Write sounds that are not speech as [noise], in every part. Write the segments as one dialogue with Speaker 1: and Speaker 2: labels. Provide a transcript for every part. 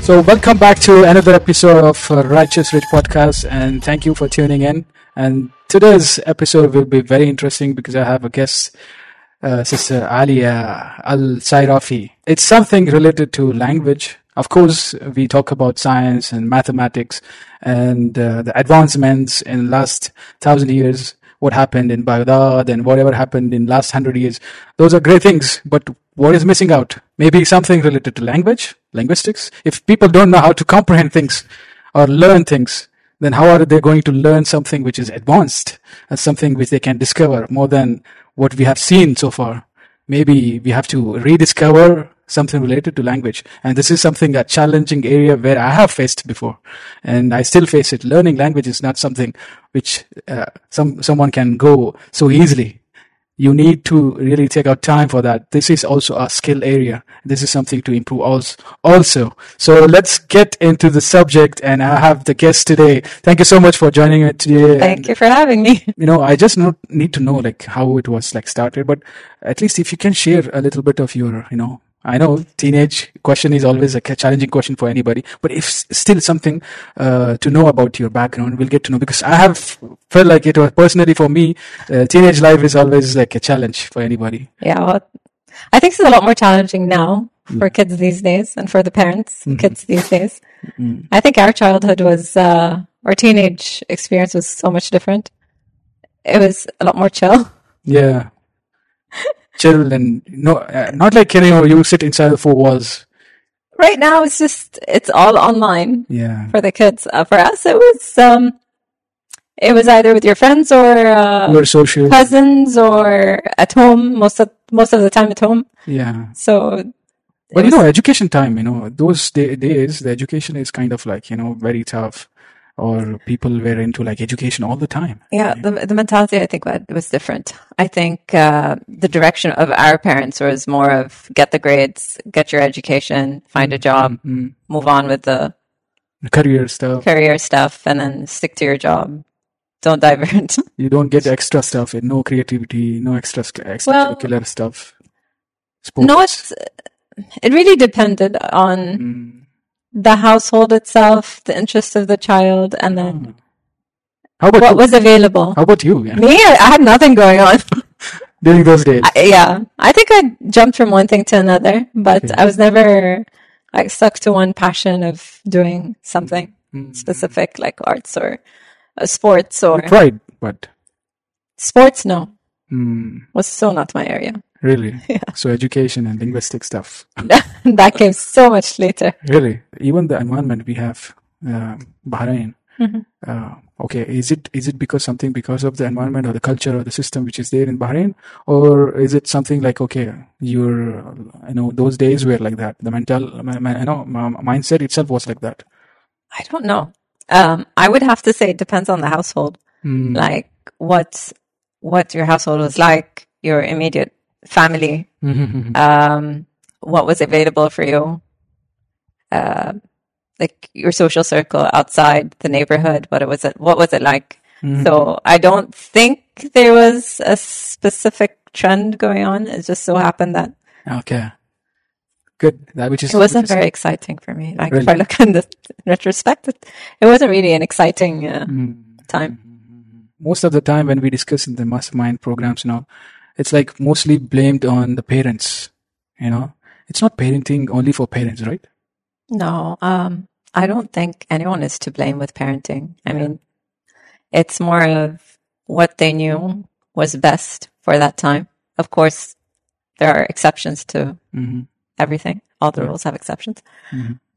Speaker 1: So, welcome back to another episode of uh, Righteous Rich Podcast, and thank you for tuning in. And today's episode will be very interesting because I have a guest, uh, Sister Alia Al Sairafi. It's something related to language. Of course, we talk about science and mathematics and uh, the advancements in last thousand years. What happened in Baghdad and whatever happened in last hundred years. Those are great things, but what is missing out? Maybe something related to language, linguistics. If people don't know how to comprehend things or learn things, then how are they going to learn something which is advanced and something which they can discover more than what we have seen so far? Maybe we have to rediscover something related to language. And this is something a challenging area where I have faced before. And I still face it. Learning language is not something which uh, some, someone can go so easily you need to really take out time for that. This is also a skill area. This is something to improve als- also. So let's get into the subject and I have the guest today. Thank you so much for joining me today.
Speaker 2: Thank you for having me. [laughs]
Speaker 1: You know, I just not, need to know like how it was like started, but at least if you can share a little bit of your, you know, I know teenage question is always a ca- challenging question for anybody, but if s- still something uh, to know about your background, we'll get to know because I have felt like it was personally for me, uh, teenage life is always like a challenge for anybody.
Speaker 2: Yeah, well, I think it's a lot more challenging now for kids these days and for the parents, of kids these days. I think our childhood was, uh, our teenage experience was so much different. It was a lot more chill. [laughs]
Speaker 1: Yeah, chill and no, uh, not like you know you sit inside the four walls.
Speaker 2: Right now, it's just, it's all online
Speaker 1: Yeah,
Speaker 2: for the kids. Uh, for us, it was, um, it was either with your friends or uh,
Speaker 1: you're social.
Speaker 2: cousins or at home, most of, most of the time at home.
Speaker 1: Yeah,
Speaker 2: So,
Speaker 1: but
Speaker 2: it
Speaker 1: you
Speaker 2: was,
Speaker 1: know education time. You know those da- days, the education is kind of like you know very tough, or people were into like education all the time.
Speaker 2: Yeah, the the mentality I think wa- was different. I think uh, the direction of our parents was more of get the grades, get your education, find a job,
Speaker 1: Mm.
Speaker 2: move on with the
Speaker 1: career stuff.
Speaker 2: career stuff, and then stick to your job. Don't [laughs] divert.
Speaker 1: You don't get extra stuff and no creativity, no extra sc- extracurricular stuff. Sports.
Speaker 2: no, it's it really depended on
Speaker 1: Mm.
Speaker 2: the household itself, the interest of the child, and then
Speaker 1: Ah. How about
Speaker 2: what
Speaker 1: you?
Speaker 2: was available.
Speaker 1: How about you? Yeah.
Speaker 2: Me, I I had nothing going on.
Speaker 1: During those days,
Speaker 2: I, yeah, I think I jumped from one thing to another, but
Speaker 1: Okay.
Speaker 2: I was never like stuck to one passion of doing something
Speaker 1: Mm-hmm.
Speaker 2: specific, like arts or uh, sports
Speaker 1: you
Speaker 2: or
Speaker 1: tried, but
Speaker 2: sports. No,
Speaker 1: mm,
Speaker 2: was so not my area. [laughs]
Speaker 1: really. So education and linguistic stuff.
Speaker 2: that came so much later.
Speaker 1: Really, even the environment we have, uh, Bahrain.
Speaker 2: Mm-hmm.
Speaker 1: Uh, okay, is it is it because something because of the environment or the culture or the system which is there in Bahrain, or is it something like okay, you're you know those days were like that. The mental, my, my, you know, my my mindset itself was like that.
Speaker 2: I don't know. Um, I would have to say it depends on the household,
Speaker 1: Mm,
Speaker 2: like what what your household was like, your immediate family,
Speaker 1: Mhm.
Speaker 2: um, what was available for you. Uh, like your social circle outside the neighborhood what it was it what was it like so i don't think there was a specific trend going on it just so happened that
Speaker 1: okay, good. That which is
Speaker 2: it wasn't
Speaker 1: which is-
Speaker 2: very exciting for me like if i
Speaker 1: Really?
Speaker 2: look in the in retrospect it, it wasn't really an exciting uh, time
Speaker 1: Mm. most of the time when we discuss in the mastermind programs now, it's like mostly blamed on the parents. You know, it's not parenting only for parents, right?
Speaker 2: no um i don't think anyone is to blame with parenting i mean it's more of what they knew was best for that time of course there are exceptions to
Speaker 1: hmm
Speaker 2: everything. All the rules have exceptions.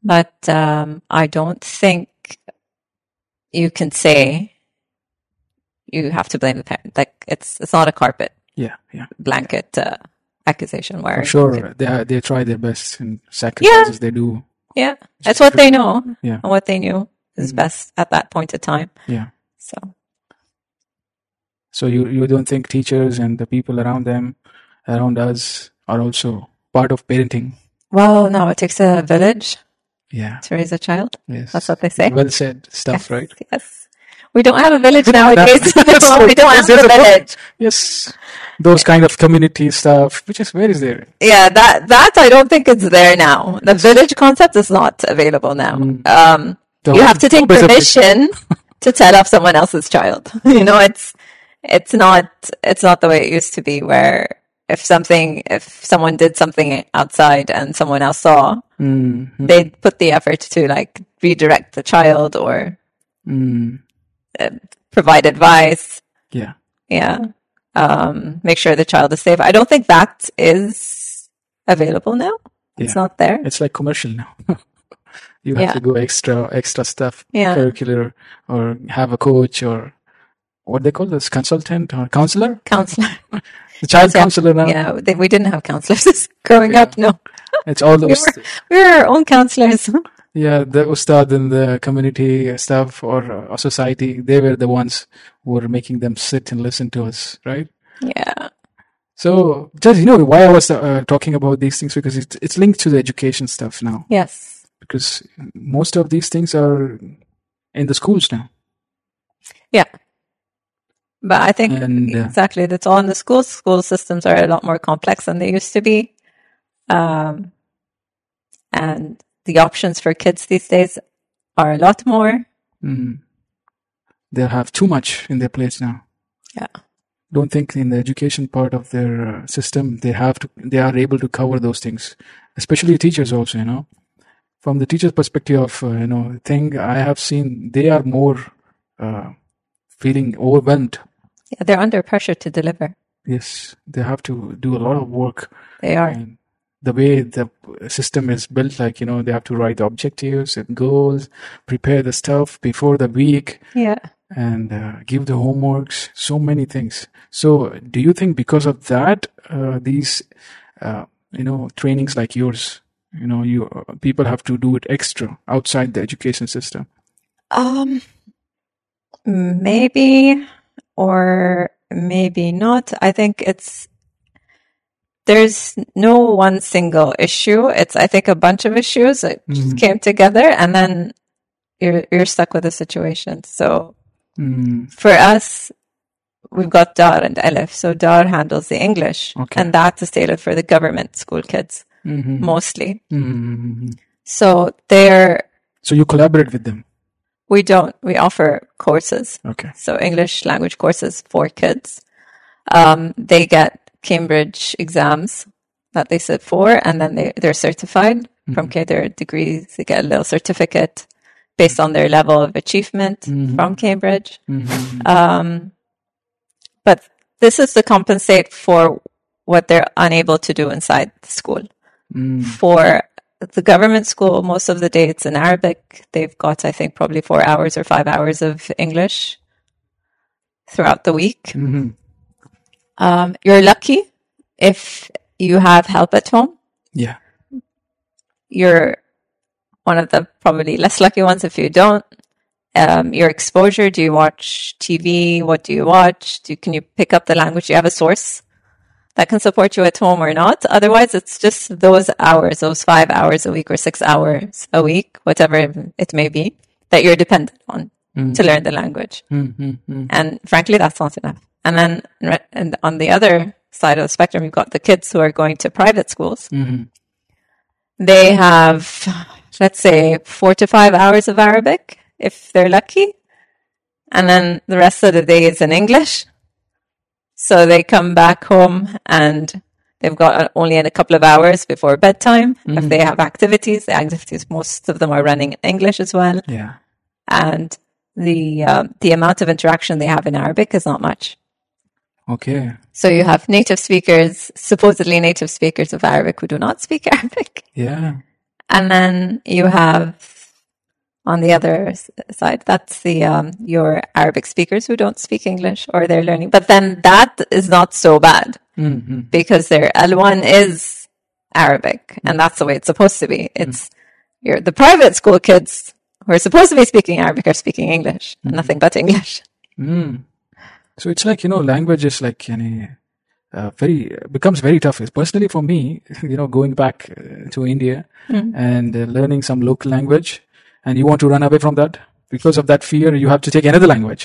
Speaker 2: But um, I don't think you can say you have to blame the parent. Like it's it's not a carpet
Speaker 1: Yeah, yeah.
Speaker 2: blanket uh, accusation where
Speaker 1: I'm sure they are, they try their best and sacrifices
Speaker 2: yeah
Speaker 1: they do.
Speaker 2: yeah it's what they know
Speaker 1: Yeah, Mm-hmm.
Speaker 2: and what they knew is best at that point in time.
Speaker 1: yeah.
Speaker 2: So
Speaker 1: So you you don't think teachers and the people around them, around us, are also part of parenting?
Speaker 2: well, no, it takes a village
Speaker 1: Yeah.
Speaker 2: to raise a child.
Speaker 1: Yes.
Speaker 2: That's what they say.
Speaker 1: Well said stuff,
Speaker 2: Yes,
Speaker 1: right?
Speaker 2: yes. We don't have a
Speaker 1: [laughs]
Speaker 2: village [laughs] nowadays. we don't have
Speaker 1: There's
Speaker 2: a
Speaker 1: a book.
Speaker 2: village.
Speaker 1: Yes, those kind of community stuff. Which is where is there?
Speaker 2: Yeah, that that I don't think it's there now. The village concept is not available now.
Speaker 1: Mm.
Speaker 2: Um,
Speaker 1: The
Speaker 2: you
Speaker 1: whole
Speaker 2: have to take
Speaker 1: job is a bit- [laughs]
Speaker 2: permission to tell off someone else's child. [laughs] You know, it's it's not it's not the way it used to be where if something if someone did something outside and someone else saw,
Speaker 1: Mm-hmm. Hmm.
Speaker 2: they'd put the effort to like redirect the child or uh, provide advice
Speaker 1: Mm-hmm. Yeah.
Speaker 2: yeah um make sure the child is safe i don't think that is available now it's
Speaker 1: Yeah.
Speaker 2: not there
Speaker 1: it's like commercial now. [laughs] you have
Speaker 2: Yeah.
Speaker 1: to go extra extra stuff,
Speaker 2: Yeah.
Speaker 1: curricular, or have a coach or what they call this consultant or counselor,
Speaker 2: counselor
Speaker 1: [laughs] the child counselor now.
Speaker 2: yeah they, we didn't have counselors [laughs] growing up no
Speaker 1: It's all
Speaker 2: we
Speaker 1: those.
Speaker 2: were, we were our own counselors [laughs]
Speaker 1: Yeah, the ustad in the community stuff or uh, society, they were the ones who were making them sit and listen to us, right?
Speaker 2: yeah
Speaker 1: So, just you know, why I was uh, talking about these things because it's it's linked to the education stuff now
Speaker 2: yes
Speaker 1: because most of these things are in the schools now.
Speaker 2: yeah but i think
Speaker 1: And, uh,
Speaker 2: exactly that's all in the schools school systems are a lot more complex than they used to be um and the options for kids these days are a lot more
Speaker 1: Mm. They have too much in their plates now.
Speaker 2: yeah
Speaker 1: Don't think in the education part of their uh, system they have to they are able to cover those things, especially teachers also. You know, from the teacher's perspective of uh, you know thing I have seen they are more uh, feeling overwhelmed.
Speaker 2: yeah they're under pressure to deliver
Speaker 1: Yes, they have to do a lot of work.
Speaker 2: They are.
Speaker 1: And the way the system is built, like you know, they have to write the objectives and goals, prepare the stuff before the week,
Speaker 2: Yeah.
Speaker 1: and uh, give the homeworks, so many things. So, do you think because of that, uh, these, uh, you know, trainings like yours, you know, you uh, people have to do it extra outside the education system?
Speaker 2: Um maybe or maybe not. I think it's there's no one single issue. It's I think a bunch of issues that just
Speaker 1: Mhm.
Speaker 2: came together and then you're you're stuck with the situation. So
Speaker 1: Mm,
Speaker 2: for us we've got Dar and Elif. So Dar handles the English
Speaker 1: Okay.
Speaker 2: and that's is tailored for the government school kids
Speaker 1: mhm,
Speaker 2: mostly.
Speaker 1: mhm.
Speaker 2: So they're
Speaker 1: So you collaborate with them,
Speaker 2: we don't we offer courses
Speaker 1: okay?
Speaker 2: so English language courses for kids. Um, they get Cambridge exams that they sit for, and then they, they're certified from K- their degrees. They get a little certificate based on their level of achievement from Cambridge.
Speaker 1: Mhm.
Speaker 2: Um, but this is to compensate for what they're unable to do inside the school.
Speaker 1: Mm.
Speaker 2: For the government school, most of the day it's in Arabic. They've got, I think, probably four hours or five hours of English throughout the week.
Speaker 1: Mhm.
Speaker 2: Um, you're lucky if you have help at home.
Speaker 1: Yeah.
Speaker 2: You're one of the probably less lucky ones if you don't. Um, your exposure, do you watch TV? What do you watch? Do, can you pick up the language? Do you have a source that can support you at home or not? Otherwise, it's just those hours, those five hours a week or six hours a week, whatever it may be, that you're dependent on to learn the language.
Speaker 1: Mm-hmm.
Speaker 2: And frankly, that's not enough. And then re- and on the other side of the spectrum, you've got the kids who are going to private schools. They have, let's say, four to five hours of Arabic, if they're lucky. And then the rest of the day is in English. So they come back home and they've got uh, only in a couple of hours before bedtime. If they have activities, the activities, most of them are running in English as well.
Speaker 1: Yeah.
Speaker 2: And the, uh, the amount of interaction they have in Arabic is not much.
Speaker 1: Okay.
Speaker 2: So you have native speakers, supposedly native speakers of Arabic who do not speak [laughs] Arabic.
Speaker 1: Yeah.
Speaker 2: And then you have on the other s- side, that's the um, your Arabic speakers who don't speak English or they're learning. But then that is not so bad
Speaker 1: Mm-hmm.
Speaker 2: because their L1 is Arabic and that's the way it's supposed to be. It's your the private school kids who are supposed to be speaking Arabic are speaking English, and nothing but English.
Speaker 1: Mm. So it's like you know, language is like any uh, very becomes very tough. Personally, for me, [laughs] you know, going back uh, to India and uh, learning some local language, and you want to run away from that. because of that fear, you have to take another language.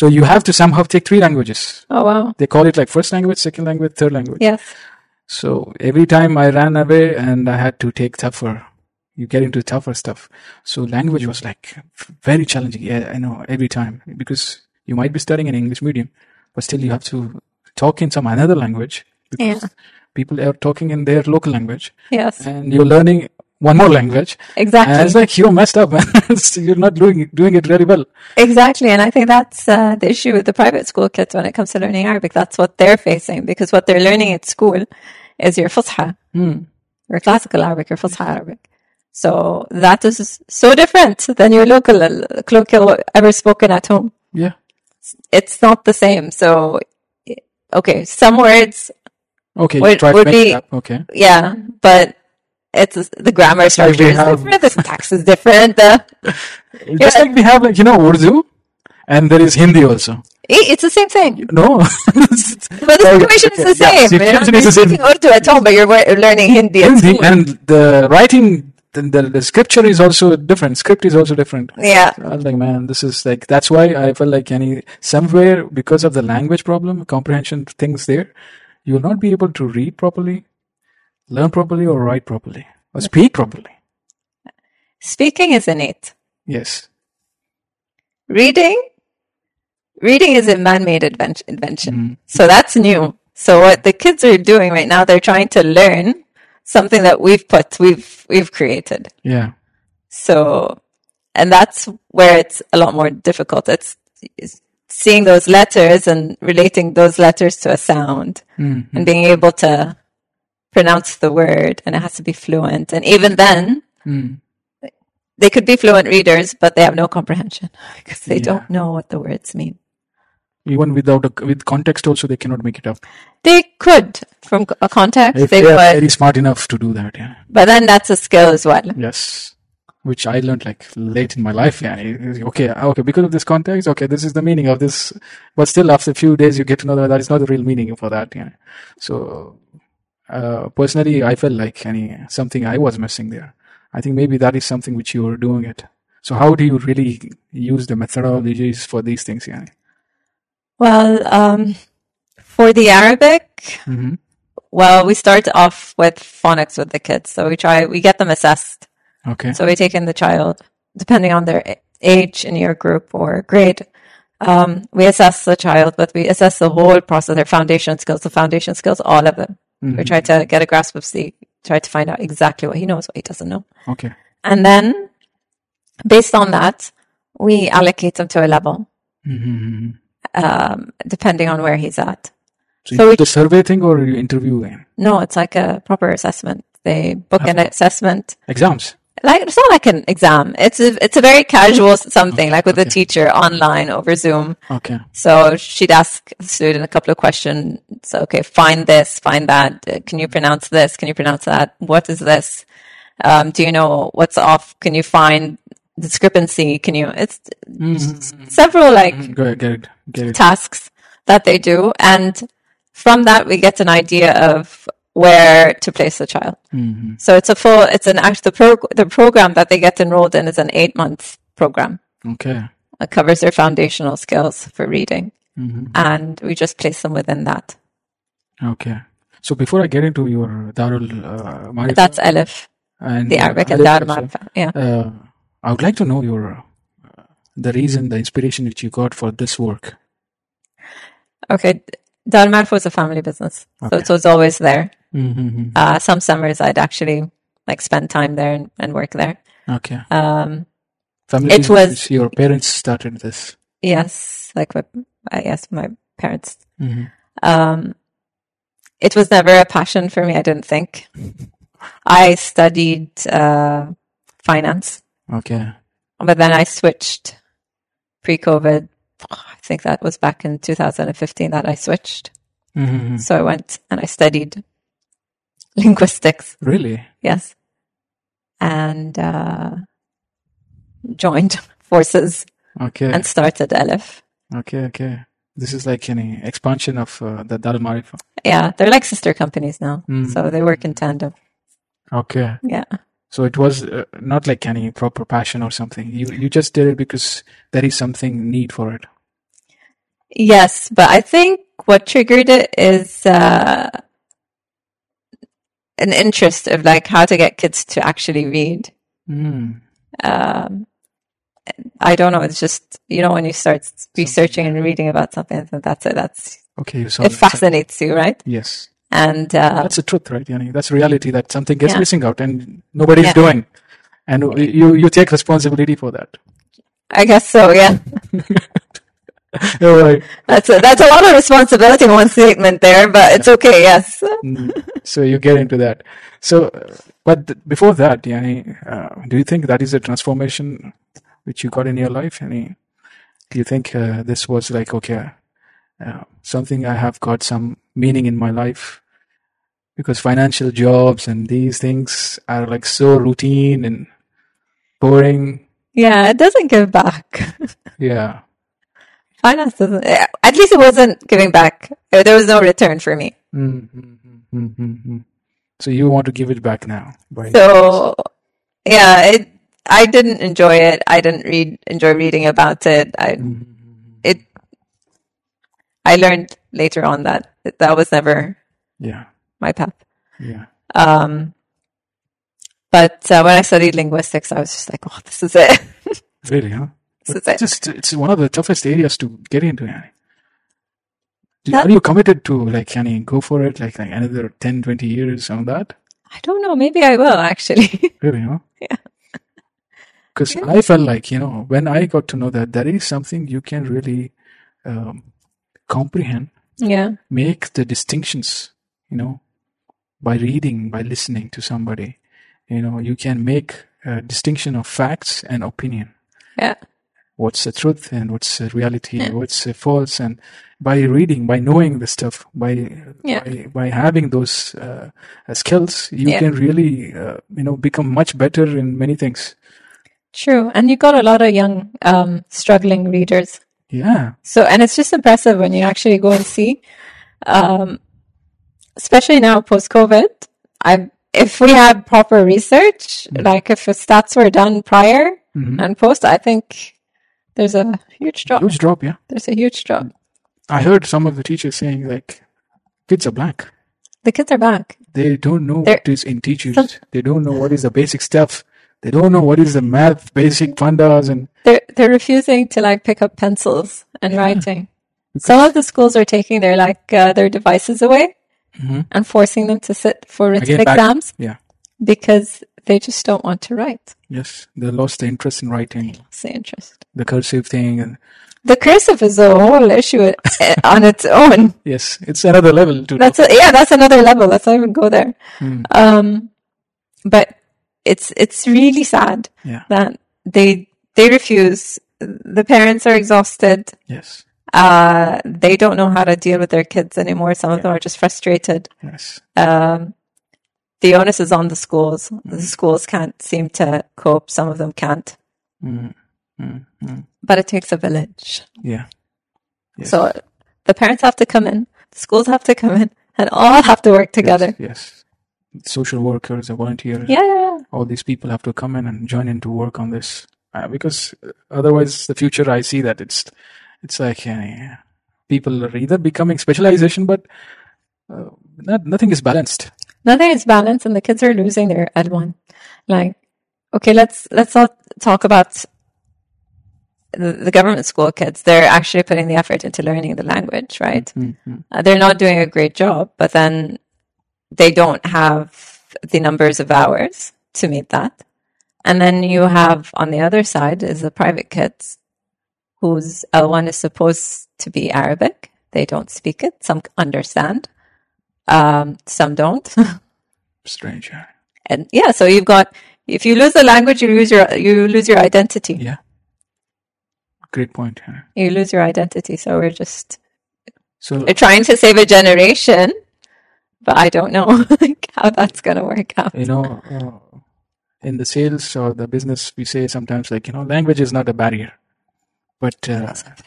Speaker 1: So you have to somehow take three languages.
Speaker 2: Oh, wow.
Speaker 1: They call it like first language, second language, third language.
Speaker 2: Yes.
Speaker 1: So every time I ran away and I had to take tougher, you get into tougher stuff. So language was like very challenging. Yeah, I know every time because you might be studying an English medium, but still you have to talk in some another language because
Speaker 2: Yeah.
Speaker 1: people are talking in their local language
Speaker 2: Yes.
Speaker 1: and you're learning one more language. And it's
Speaker 2: Exactly.
Speaker 1: like you're messed up, man. [laughs] So you're not doing doing it really well.
Speaker 2: Exactly. And I think that's uh, the issue with the private school kids when it comes to learning Arabic. That's what they're facing because what they're learning at school is your Fusha,
Speaker 1: Hmm.
Speaker 2: your classical Arabic, your Fusha Arabic. So that is so different than your local, uh, colloquial ever spoken at home.
Speaker 1: Yeah.
Speaker 2: It's not the same. So, okay, some words,
Speaker 1: Okay.
Speaker 2: Would-
Speaker 1: try to
Speaker 2: would
Speaker 1: make
Speaker 2: be-
Speaker 1: it up. Okay.
Speaker 2: yeah, but it's the grammar
Speaker 1: like we
Speaker 2: structure is
Speaker 1: have-
Speaker 2: different, the syntax is different. The,
Speaker 1: Just like we have like you know Urdu, and there is Hindi also.
Speaker 2: it- it's the same thing.
Speaker 1: No. [laughs]
Speaker 2: But the
Speaker 1: Okay,
Speaker 2: situation
Speaker 1: okay,
Speaker 2: is the
Speaker 1: yeah,
Speaker 2: same. you know,
Speaker 1: situation
Speaker 2: you're
Speaker 1: is the same.
Speaker 2: speaking Urdu at home, but you're wa- learning Hindi at
Speaker 1: Hindi
Speaker 2: school.
Speaker 1: and the writing, the, the, the scripture is also different. Script is also different.
Speaker 2: Yeah,
Speaker 1: I was like, man, this is like that's why I felt like any somewhere because of the language problem, comprehension things there, you will not be able to read properly, learn properly, or write properly, or speak properly.
Speaker 2: speaking is innate.
Speaker 1: Yes,
Speaker 2: Reading, reading is a man-made inven- invention.
Speaker 1: Mm-hmm.
Speaker 2: So that's new. So what the kids are doing right now, they're trying to learn something that we've put, we've we've created.
Speaker 1: yeah,
Speaker 2: So, and that's where it's a lot more difficult. It's, it's seeing those letters and relating those letters to a sound
Speaker 1: Mm-hmm.
Speaker 2: and being able to pronounce the word and it has to be fluent. And even then,
Speaker 1: Mm.
Speaker 2: they could be fluent readers, but they have no comprehension [laughs] because they
Speaker 1: Yeah.
Speaker 2: don't know what the words mean.
Speaker 1: even without a, with context also they cannot make it up.
Speaker 2: They could from a context,
Speaker 1: If
Speaker 2: they
Speaker 1: they are
Speaker 2: could,
Speaker 1: very smart enough to do that, yeah,
Speaker 2: but then that's a skill as well.
Speaker 1: yes. Which I learned like late in my life. Yeah, It- it- okay, ah, okay. Because of this context, okay, this is the meaning of this. But still, after a few days, you get to know that that is not the real meaning for that. Yeah. So uh, personally, I felt like any something I was missing there. I think maybe that is something which you were doing it. So how do you really use the methodologies for these things? Yeah.
Speaker 2: Well, um, for the Arabic,
Speaker 1: Mm-hmm.
Speaker 2: Well, we start off with phonics with the kids. So we try, we get them assessed.
Speaker 1: Okay.
Speaker 2: So we take in the child, depending on their a- age in your group or grade. Um, we assess the child, but we assess the whole process, their foundation skills, the foundation skills, all of them. We try to get a grasp of the, try to find out exactly what he knows, what he doesn't know.
Speaker 1: Okay.
Speaker 2: And then based on that, we allocate him to a level,
Speaker 1: Mm-hmm.
Speaker 2: um, depending on where he's at.
Speaker 1: So,
Speaker 2: So
Speaker 1: you
Speaker 2: we-
Speaker 1: do the survey thing or you interview yeah?
Speaker 2: No, it's like a proper assessment. They book an assessment
Speaker 1: exams?
Speaker 2: like it's not like an exam. It's a, it's a very casual s- something like with
Speaker 1: okay.
Speaker 2: a teacher online over Zoom.
Speaker 1: Okay.
Speaker 2: So she'd ask the student a couple of questions. So, okay, find this, find that. Uh, Can you pronounce this? Can you pronounce that? What is this? Um, do you know what's off? Can you find discrepancy? Can you? It's several like
Speaker 1: Go ahead, get it, get it.
Speaker 2: tasks that they do, and from that we get an idea of where to place the child. So it's a full, it's an act. The pro, the program that they get enrolled in is an eight month program.
Speaker 1: Okay.
Speaker 2: It covers their foundational skills for reading,
Speaker 1: Mm-hmm.
Speaker 2: and we just place them within that.
Speaker 1: Okay. So before I get into your Darul uh, Ma'rifah
Speaker 2: That's Elif,
Speaker 1: and
Speaker 2: the
Speaker 1: uh,
Speaker 2: Arabic and
Speaker 1: Alif
Speaker 2: Dar
Speaker 1: also,
Speaker 2: Ma'rifah. Yeah.
Speaker 1: uh, I would like to know your uh, the reason, the inspiration which you got for this work.
Speaker 2: Okay. Dar Ma'rifah was a family business, so it was always there.
Speaker 1: Mm-hmm.
Speaker 2: Uh, some summers I'd actually like spend time there and, and work there.
Speaker 1: Okay.
Speaker 2: Um,
Speaker 1: Family
Speaker 2: it
Speaker 1: business,
Speaker 2: was-
Speaker 1: your parents started this.
Speaker 2: yes, like my, I guess my parents
Speaker 1: Mm-hmm.
Speaker 2: um, it was never a passion for me, I
Speaker 1: [laughs]
Speaker 2: didn't think. I studied uh, finance,
Speaker 1: Okay.
Speaker 2: but then I switched pre COVID. I think that was back in 2015 that I switched.
Speaker 1: Mm-hmm.
Speaker 2: So I went and I studied linguistics,
Speaker 1: Really?
Speaker 2: yes, and uh, joined [laughs] forces
Speaker 1: Okay.
Speaker 2: and started Elif.
Speaker 1: okay. Okay. This is like an expansion of uh, the Darul Ma'rifah.
Speaker 2: Yeah, they're like sister companies now. So they work in tandem.
Speaker 1: Okay.
Speaker 2: Yeah.
Speaker 1: So it was uh, not like any proper passion or something. You you just did it because there is something need for it.
Speaker 2: Yes, but I think what triggered it is uh, an interest of like how to get kids to actually read.
Speaker 1: Mm.
Speaker 2: Um, I don't know. It's just you know when you start researching and reading about something, then that's it. That's
Speaker 1: Okay, so
Speaker 2: it fascinates you, right?
Speaker 1: yes,
Speaker 2: And uh,
Speaker 1: that's the truth, right? Yani, that's reality that something gets
Speaker 2: Yeah.
Speaker 1: missing out and nobody's
Speaker 2: Yeah.
Speaker 1: doing, and you you take responsibility for
Speaker 2: [laughs]
Speaker 1: that.
Speaker 2: I guess so. Yeah,
Speaker 1: All right.
Speaker 2: that's a, that's a lot of responsibility in one statement there, but it's okay. Yes.
Speaker 1: Mm. so you get into that. So, uh, but th- before that, yani, uh, do you think that is a transformation which you got in your life? Any, do you think uh, this was like okay, uh, something I have got some meaning in my life? Because financial jobs and these things are like so routine and boring.
Speaker 2: Yeah, it doesn't give back.
Speaker 1: Yeah.
Speaker 2: [laughs] Finance doesn't. eh, At least it wasn't giving back. Eh, There was no return for me.
Speaker 1: mm mm, mm, mm, mm, mm. So you want to give it back now? Right.
Speaker 2: So yeah, it. I didn't enjoy it. I didn't read enjoy reading about it. I
Speaker 1: Mm-hmm.
Speaker 2: it. I learned later on that that was never
Speaker 1: Yeah.
Speaker 2: my path.
Speaker 1: Yeah.
Speaker 2: Um, but uh, when I studied linguistics, I was just like, oh, this is it.
Speaker 1: Really, huh?
Speaker 2: this is
Speaker 1: But
Speaker 2: it.
Speaker 1: just it's one of the toughest areas to get into. Yani. Do-
Speaker 2: Yeah.
Speaker 1: Are you committed to like yani, go for it like, like another 10, 20 years on that?
Speaker 2: I don't know. Maybe I will actually. [laughs]
Speaker 1: Really, huh? [laughs]
Speaker 2: Yeah.
Speaker 1: Because
Speaker 2: Yeah.
Speaker 1: I felt like you know when I got to know that there is something you can really um, comprehend,
Speaker 2: yeah.
Speaker 1: make the distinctions, you know, by reading, by listening to somebody, you know, you can make a distinction of facts and opinion.
Speaker 2: Yeah.
Speaker 1: what's the truth and what's the reality, what's the false, and by reading, by knowing the stuff, by
Speaker 2: Yeah.
Speaker 1: by, by having those uh, uh, skills, you
Speaker 2: Yeah.
Speaker 1: can really uh, you know become much better in many things.
Speaker 2: True. And you got a lot of young, um, struggling readers.
Speaker 1: Yeah,
Speaker 2: So, and it's just impressive when you actually go and see, um, especially now post COVID. I, if we had proper research,
Speaker 1: Mm-hmm.
Speaker 2: like if the stats were done prior
Speaker 1: Mhm.
Speaker 2: and post, I think there's a huge drop.
Speaker 1: huge drop. Yeah,
Speaker 2: There's a huge drop.
Speaker 1: I heard some of the teachers saying like kids are black.
Speaker 2: The kids are back.
Speaker 1: They don't know
Speaker 2: They're-
Speaker 1: what is in teachers. They don't know what is the basic stuff. They don't know what is the math, basic fundas, and
Speaker 2: They're they're refusing to like pick up pencils and writing. Some of the schools are taking their like uh, their devices away
Speaker 1: Mhm.
Speaker 2: and forcing them to sit for written
Speaker 1: again back.
Speaker 2: exams
Speaker 1: Yeah.
Speaker 2: because they just don't want to write.
Speaker 1: Yes, they lost the interest in writing,
Speaker 2: It's the interest.
Speaker 1: the cursive thing, and
Speaker 2: The cursive is a whole issue i- eh, on its own.
Speaker 1: Yes, it's another level to
Speaker 2: That's a, yeah, that's another level. Let's not even go there.
Speaker 1: Mm.
Speaker 2: Um, but it's it's really sad
Speaker 1: Yeah.
Speaker 2: that they they refuse. The parents are exhausted.
Speaker 1: Yes.
Speaker 2: uh, they don't know how to deal with their kids anymore. Some of them are just frustrated.
Speaker 1: Yes.
Speaker 2: Um, the onus is on the schools. The schools can't seem to cope. Some of them can't,
Speaker 1: Mm. Mm. Mm.
Speaker 2: but it takes a village.
Speaker 1: Yeah. Yes.
Speaker 2: So the parents have to come in, the schools have to come in, and all have to work together.
Speaker 1: Yes. yes. Social workers, the volunteers,
Speaker 2: Yeah, yeah,
Speaker 1: all these people have to come in and join in to work on this uh, because uh, otherwise, the future I see that it's it's like uh, people are either becoming specialization, but uh, not, nothing is balanced.
Speaker 2: nothing is balanced, and the kids are losing their ed one. Like, okay, let's let's not talk about the, the government school kids. They're actually putting the effort into learning the language, right?
Speaker 1: Mm-hmm.
Speaker 2: Uh, they're not doing a great job, but then they don't have the numbers of hours to meet that. And then you have on the other side is the private kids whose L1 is supposed to be Arabic. They don't speak it. Some understand. Um, some don't. [laughs]
Speaker 1: Strange. yeah.
Speaker 2: and yeah, so you've got, if you lose the language, you lose your, you lose your identity.
Speaker 1: Yeah. Great point. yeah.
Speaker 2: You lose your identity. So we're just
Speaker 1: So
Speaker 2: we're trying to save a generation, but I don't know [laughs] like, how that's going to work out.
Speaker 1: you know, uh, in the sales or the business, we say sometimes like you know, language is not a barrier, but uh,
Speaker 2: It's a barrier.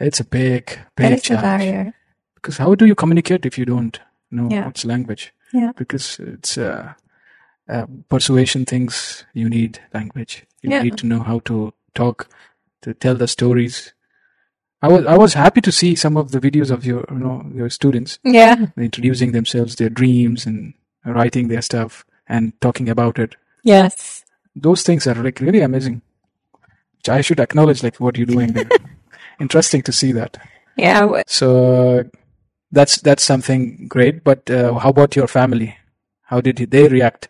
Speaker 1: it's a big,
Speaker 2: It
Speaker 1: big
Speaker 2: is a
Speaker 1: challenge.
Speaker 2: barrier.
Speaker 1: Because how do you communicate if you don't know
Speaker 2: Yeah.
Speaker 1: what's language?
Speaker 2: Yeah.
Speaker 1: Because it's uh, uh, persuasion things, you need language. You
Speaker 2: Yeah.
Speaker 1: need to know how to talk, to tell the stories. I was I was happy to see some of the videos of your you know your students
Speaker 2: Yeah.
Speaker 1: introducing themselves, their dreams, and writing their stuff and talking about it.
Speaker 2: Yes.
Speaker 1: Those things are like really amazing. Which I should acknowledge, like what you're doing
Speaker 2: [laughs]
Speaker 1: there. Interesting to see that.
Speaker 2: Yeah. w-
Speaker 1: So that's that's something great. But uh, how about your family? How did they react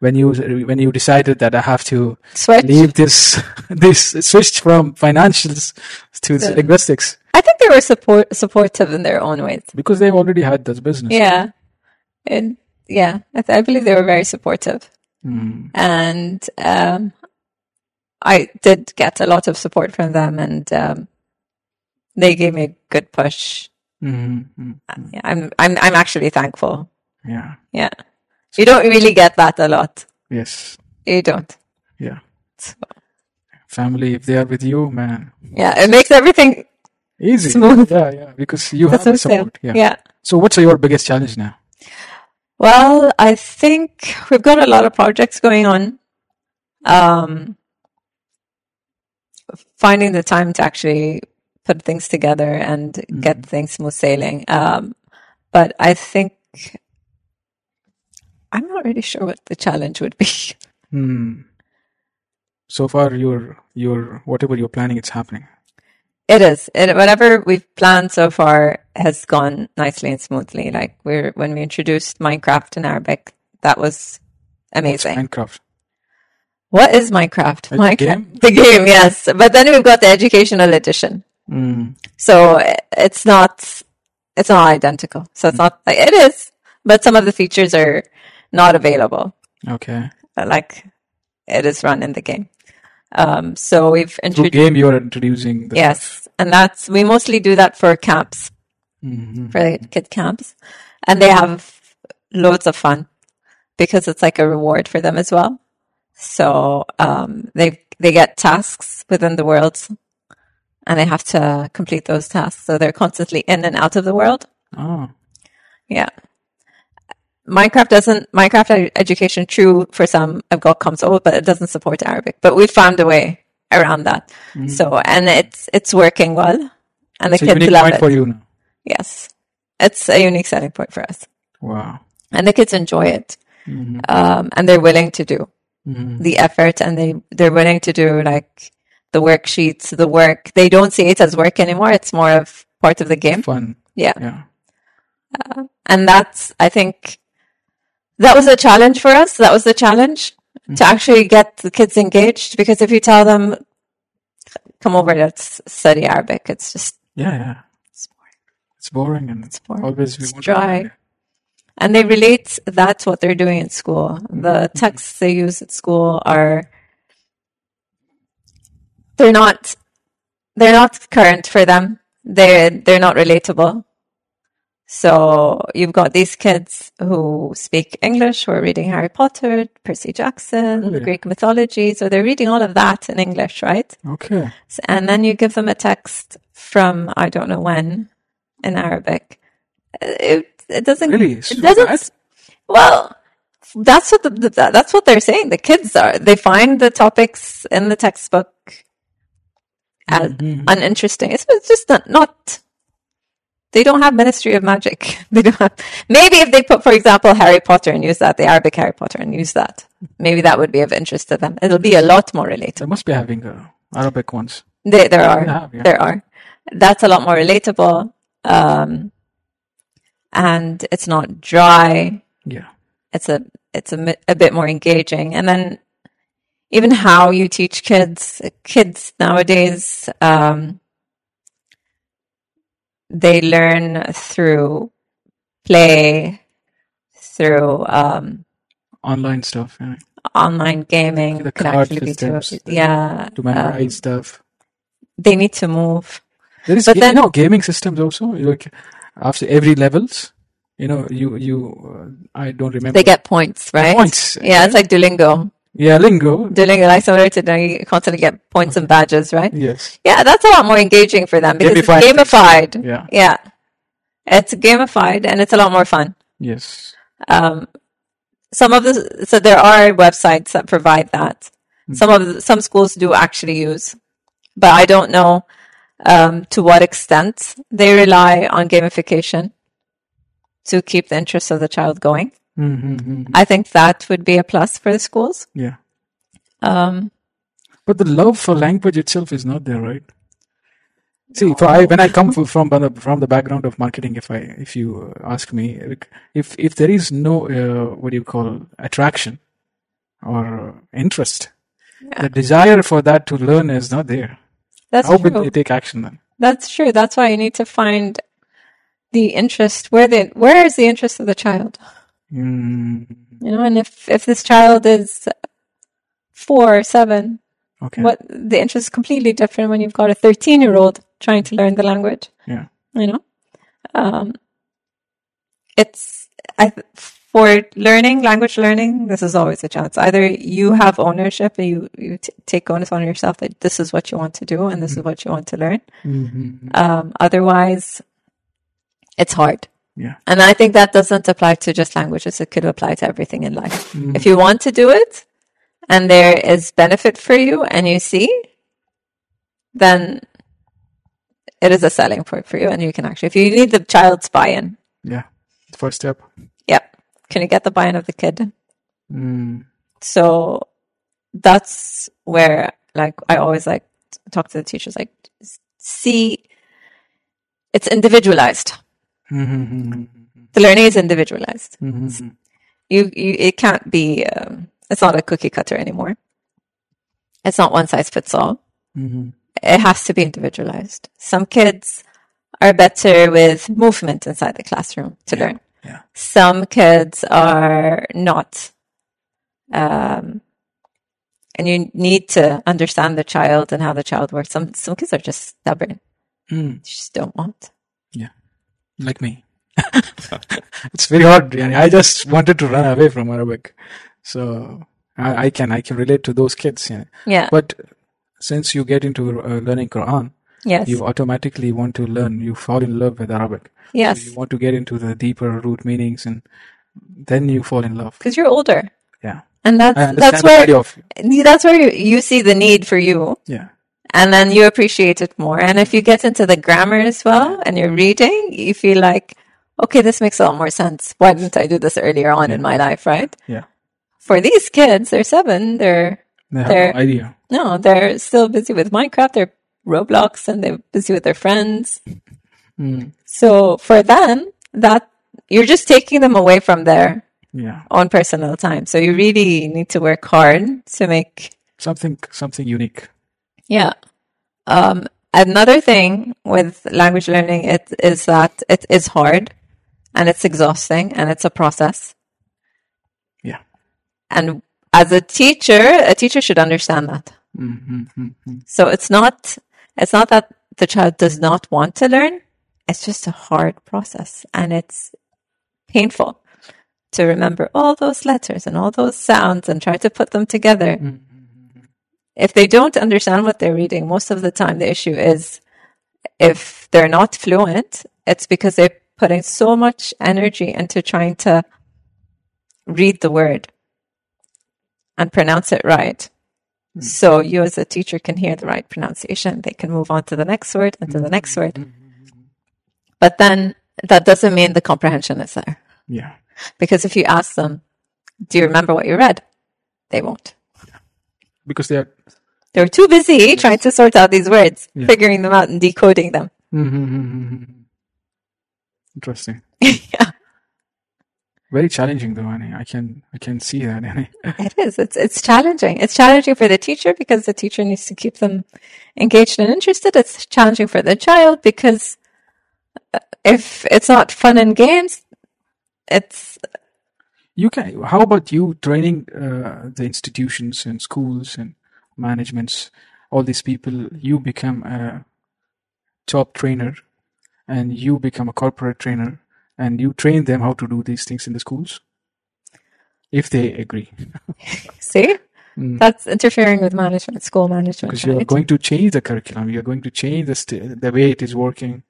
Speaker 1: when you when you decided that I have to
Speaker 2: Switch.
Speaker 1: leave this [laughs] this switch from financials to
Speaker 2: So-
Speaker 1: linguistics
Speaker 2: I think they were support supportive in their own ways.
Speaker 1: because they've already had this business.
Speaker 2: Yeah. And yeah, I, th- I believe they were very supportive.
Speaker 1: Mm,
Speaker 2: And um, I did get a lot of support from them, and um, they gave me a good push.
Speaker 1: mm, mm,
Speaker 2: Yeah, I'm, I'm, I'm actually thankful.
Speaker 1: yeah.
Speaker 2: Yeah. You don't really get that a lot.
Speaker 1: Yes.
Speaker 2: You don't.
Speaker 1: Yeah.
Speaker 2: So,
Speaker 1: Family, if they are with you, man,
Speaker 2: yeah, it makes everything
Speaker 1: easy.
Speaker 2: Smooth.
Speaker 1: Yeah, yeah. Because you have
Speaker 2: that's [laughs]
Speaker 1: the
Speaker 2: what I'm saying.
Speaker 1: support. Yeah.
Speaker 2: yeah.
Speaker 1: So what's your biggest challenge now?
Speaker 2: Well, I think we've got a lot of projects going on. Um, finding the time to actually put things together and get things smooth sailing. Um, but I think I'm not really sure what the challenge would be. [laughs]
Speaker 1: Hmm. So far, your your whatever you're planning, it's happening.
Speaker 2: It is. It, whatever we've planned so far has gone nicely and smoothly. Like we're when we introduced Minecraft in Arabic, that was
Speaker 1: What's
Speaker 2: amazing.
Speaker 1: Minecraft.
Speaker 2: What is Minecraft?
Speaker 1: A
Speaker 2: Minecraft,
Speaker 1: game?
Speaker 2: [laughs] the game, yes. But then we've got the educational edition.
Speaker 1: Mm.
Speaker 2: So i- it's not it's not identical. So it's not like it is, but some of the features are not available.
Speaker 1: Okay.
Speaker 2: uh, Like it is run in the game. Um, so we've
Speaker 1: Through
Speaker 2: introduced
Speaker 1: game, you're introducing the stuff.
Speaker 2: yes, and that's we mostly do that for camps
Speaker 1: Mhm.
Speaker 2: for the kid camps, and they have loads of fun because it's like a reward for them as well. So um, they they get tasks within the worlds, and they have to complete those tasks. So they're constantly in and out of the world.
Speaker 1: Oh,
Speaker 2: Yeah. Minecraft doesn't, Minecraft ed- education, true for some, I've got comms over, but it doesn't support Arabic. But we found a way around that. So, and it's, it's working well. And the
Speaker 1: it's a
Speaker 2: kids
Speaker 1: unique
Speaker 2: love
Speaker 1: point
Speaker 2: it.
Speaker 1: for Mm-hmm. you now.
Speaker 2: Yes. It's a unique selling point for us.
Speaker 1: Wow.
Speaker 2: And the kids enjoy it.
Speaker 1: Mhm.
Speaker 2: Um, and they're willing to do
Speaker 1: Mhm.
Speaker 2: the effort and they, they're willing to do like the worksheets, the work. They don't see it as work anymore. It's more of part of the game.
Speaker 1: Fun.
Speaker 2: Yeah.
Speaker 1: Yeah.
Speaker 2: and that's i think that was a challenge for us that was the challenge to actually get the kids engaged because if you tell them come over let's study arabic it's just
Speaker 1: Yeah. Yeah.
Speaker 2: it's boring.
Speaker 1: It's boring and it's
Speaker 2: boring.
Speaker 1: always we
Speaker 2: It's
Speaker 1: want to-
Speaker 2: dry. and they relate that's what they're doing in school the texts they use at school are they're not they're not current for them they're they're not relatable so you've got these kids who speak english who are reading harry potter percy jackson
Speaker 1: Really?
Speaker 2: greek mythology so they're reading all of that in english right
Speaker 1: Okay.
Speaker 2: S- and then you give them a text from i don't know when in arabic it, it doesn't
Speaker 1: Really?
Speaker 2: it
Speaker 1: So
Speaker 2: doesn't
Speaker 1: bad?
Speaker 2: well, that's what the, the, that's what they're saying. The kids are they find the topics in the textbook as
Speaker 1: Mm-hmm.
Speaker 2: uninteresting. It's, it's just not, not they don't have Ministry of Magic. [laughs] They don't have maybe if they put, for example, Harry Potter and use that, the Arabic Harry Potter and use that. Maybe that would be of interest to them. It'll
Speaker 1: Mm-hmm.
Speaker 2: be a lot more
Speaker 1: They
Speaker 2: relatable.
Speaker 1: must be having uh, Arabic ones.
Speaker 2: There, there are,
Speaker 1: have, yeah.
Speaker 2: there are. That's a lot more relatable, um, and it's not dry.
Speaker 1: Yeah.
Speaker 2: it's a it's a, mi- a bit more engaging and then even how you teach kids kids nowadays um, they learn through play through um,
Speaker 1: Online stuff. Yeah.
Speaker 2: online gaming
Speaker 1: The
Speaker 2: could
Speaker 1: card
Speaker 2: actually be too,
Speaker 1: systems, the-
Speaker 2: yeah
Speaker 1: To
Speaker 2: um,
Speaker 1: memorize stuff.
Speaker 2: they need to move
Speaker 1: There is,
Speaker 2: But
Speaker 1: ga-
Speaker 2: then-
Speaker 1: you know, gaming systems also. Like after every levels, you know, you you. Uh, I don't remember
Speaker 2: they get points right
Speaker 1: points.
Speaker 2: yeah it's like duolingo
Speaker 1: Yeah, lingo.
Speaker 2: duolingo like similar to now you constantly get points and badges right
Speaker 1: Yes.
Speaker 2: Yeah, that's a lot more engaging for them because
Speaker 1: Gamified.
Speaker 2: it's gamified.
Speaker 1: Yeah.
Speaker 2: Yeah. It's gamified and it's a lot more fun.
Speaker 1: Yes.
Speaker 2: Um, some of the so there are websites that provide that.
Speaker 1: Hmm.
Speaker 2: Some of the, some schools do actually use, but I don't know um, to what extent they rely on gamification to keep the interest of the child going.
Speaker 1: Mm-hmm.
Speaker 2: I think that would be a plus for the schools.
Speaker 1: Yeah.
Speaker 2: Um,
Speaker 1: But the love for language itself is not there, right? See, for I, when I come from from the, from the background of marketing, if I if you uh, ask me, like, if if there is no uh, what do you call attraction or interest, the desire for that to learn is not there.
Speaker 2: that's
Speaker 1: How would
Speaker 2: true.
Speaker 1: they take action then?
Speaker 2: That's true. That's why you need to find the interest where the where is the interest of the child.
Speaker 1: Mm,
Speaker 2: You know, and if if this child is four or seven,
Speaker 1: okay.
Speaker 2: what the interest is completely different when you've got a 13 year old trying to learn the language
Speaker 1: Yeah.
Speaker 2: you know um, it's I, th- for learning language learning this is always a chance either you have ownership and you, you t- take onus on yourself that this is what you want to do and this is what you want to learn
Speaker 1: Mm-hmm.
Speaker 2: um, otherwise it's hard
Speaker 1: Yeah.
Speaker 2: and i think that doesn't apply to just languages it could apply to everything in life
Speaker 1: Mm-hmm.
Speaker 2: if you want to do it and there is benefit for you and you see then it is a selling point for you and you can actually if you need the child's buy-in
Speaker 1: Yeah. First step.
Speaker 2: yep can you get the buy-in of the kid
Speaker 1: Mm.
Speaker 2: so that's where like i always like to talk to the teachers like s- see it's individualized
Speaker 1: Mm-hmm.
Speaker 2: the learning is individualized
Speaker 1: Mm-hmm.
Speaker 2: you, you it can't be um, it's not a cookie cutter anymore it's not one size fits all
Speaker 1: Mm-hmm.
Speaker 2: it has to be individualized. Some kids are better with movement inside the classroom to learn.
Speaker 1: yeah.
Speaker 2: Some kids are not. Um, and you need to understand the child and how the child works. Some some kids are just stubborn.
Speaker 1: Mm.
Speaker 2: They just don't want.
Speaker 1: Like me. [laughs] it's very hard. Yani. I just wanted to run away from Arabic. So I, I can I can relate to those kids. yani.
Speaker 2: Yeah.
Speaker 1: But since you get into uh, learning Quran,
Speaker 2: yes.
Speaker 1: you automatically want to learn. You fall in love with Arabic. So
Speaker 2: yes.
Speaker 1: you want to get into the deeper root meanings, and then you fall in love.
Speaker 2: Because you're older,
Speaker 1: Yeah,
Speaker 2: and that's
Speaker 1: I understand
Speaker 2: that's
Speaker 1: the
Speaker 2: where
Speaker 1: value of
Speaker 2: that's where you, you see the need for you,
Speaker 1: yeah.
Speaker 2: and then you appreciate it more. And if you get into the grammar as well and you're reading, you feel like, okay, this makes a lot more sense. Why didn't I do this earlier on in my life, right?
Speaker 1: Yeah,
Speaker 2: For these kids, they're seven, they're
Speaker 1: they have
Speaker 2: There-
Speaker 1: no idea.
Speaker 2: no, they're still busy with Minecraft, they're Roblox, and they're busy with their friends.
Speaker 1: Mm.
Speaker 2: So for them, that you're just taking them away from their
Speaker 1: Yeah,
Speaker 2: own personal time. So you really need to work hard to make
Speaker 1: something something unique.
Speaker 2: Yeah. Um, another thing with language learning it is that it is hard and it's exhausting and it's a process.
Speaker 1: Yeah.
Speaker 2: And as a teacher, a teacher should understand that.
Speaker 1: Mm-hmm.
Speaker 2: So it's not it's not that the child does not want to learn. It's just a hard process and it's painful to remember all those letters and all those sounds and try to put them together. If they don't understand what they're reading, most of the time the issue is if they're not fluent, it's because they're putting so much energy into trying to read the word and pronounce it right. So you as a teacher can hear the right pronunciation. They can move on to the next word and to the next word. But then that doesn't mean the comprehension is there.
Speaker 1: Yeah,
Speaker 2: Because if you ask them, do you remember what you read? They won't.
Speaker 1: because they are.
Speaker 2: They're too busy trying to sort out these words,
Speaker 1: Yeah.
Speaker 2: figuring them out and decoding them.
Speaker 1: Mm-hmm. Interesting.
Speaker 2: yeah,
Speaker 1: Very challenging though, Annie. I can I can see that. Annie. [laughs]
Speaker 2: it is. It's it's challenging. It's challenging for the teacher because the teacher needs to keep them engaged and interested. It's challenging for the child because uh, if it's not fun and games, it's
Speaker 1: You can. How about you training uh, the institutions and schools and managements, all these people? You become a top trainer, and you become a corporate trainer, and you train them how to do these things in the schools, if they agree,
Speaker 2: see that's interfering with management, school
Speaker 1: Mm.
Speaker 2: management,
Speaker 1: because you are
Speaker 2: right?
Speaker 1: going to change the curriculum. You are going to change the st- the way it is working.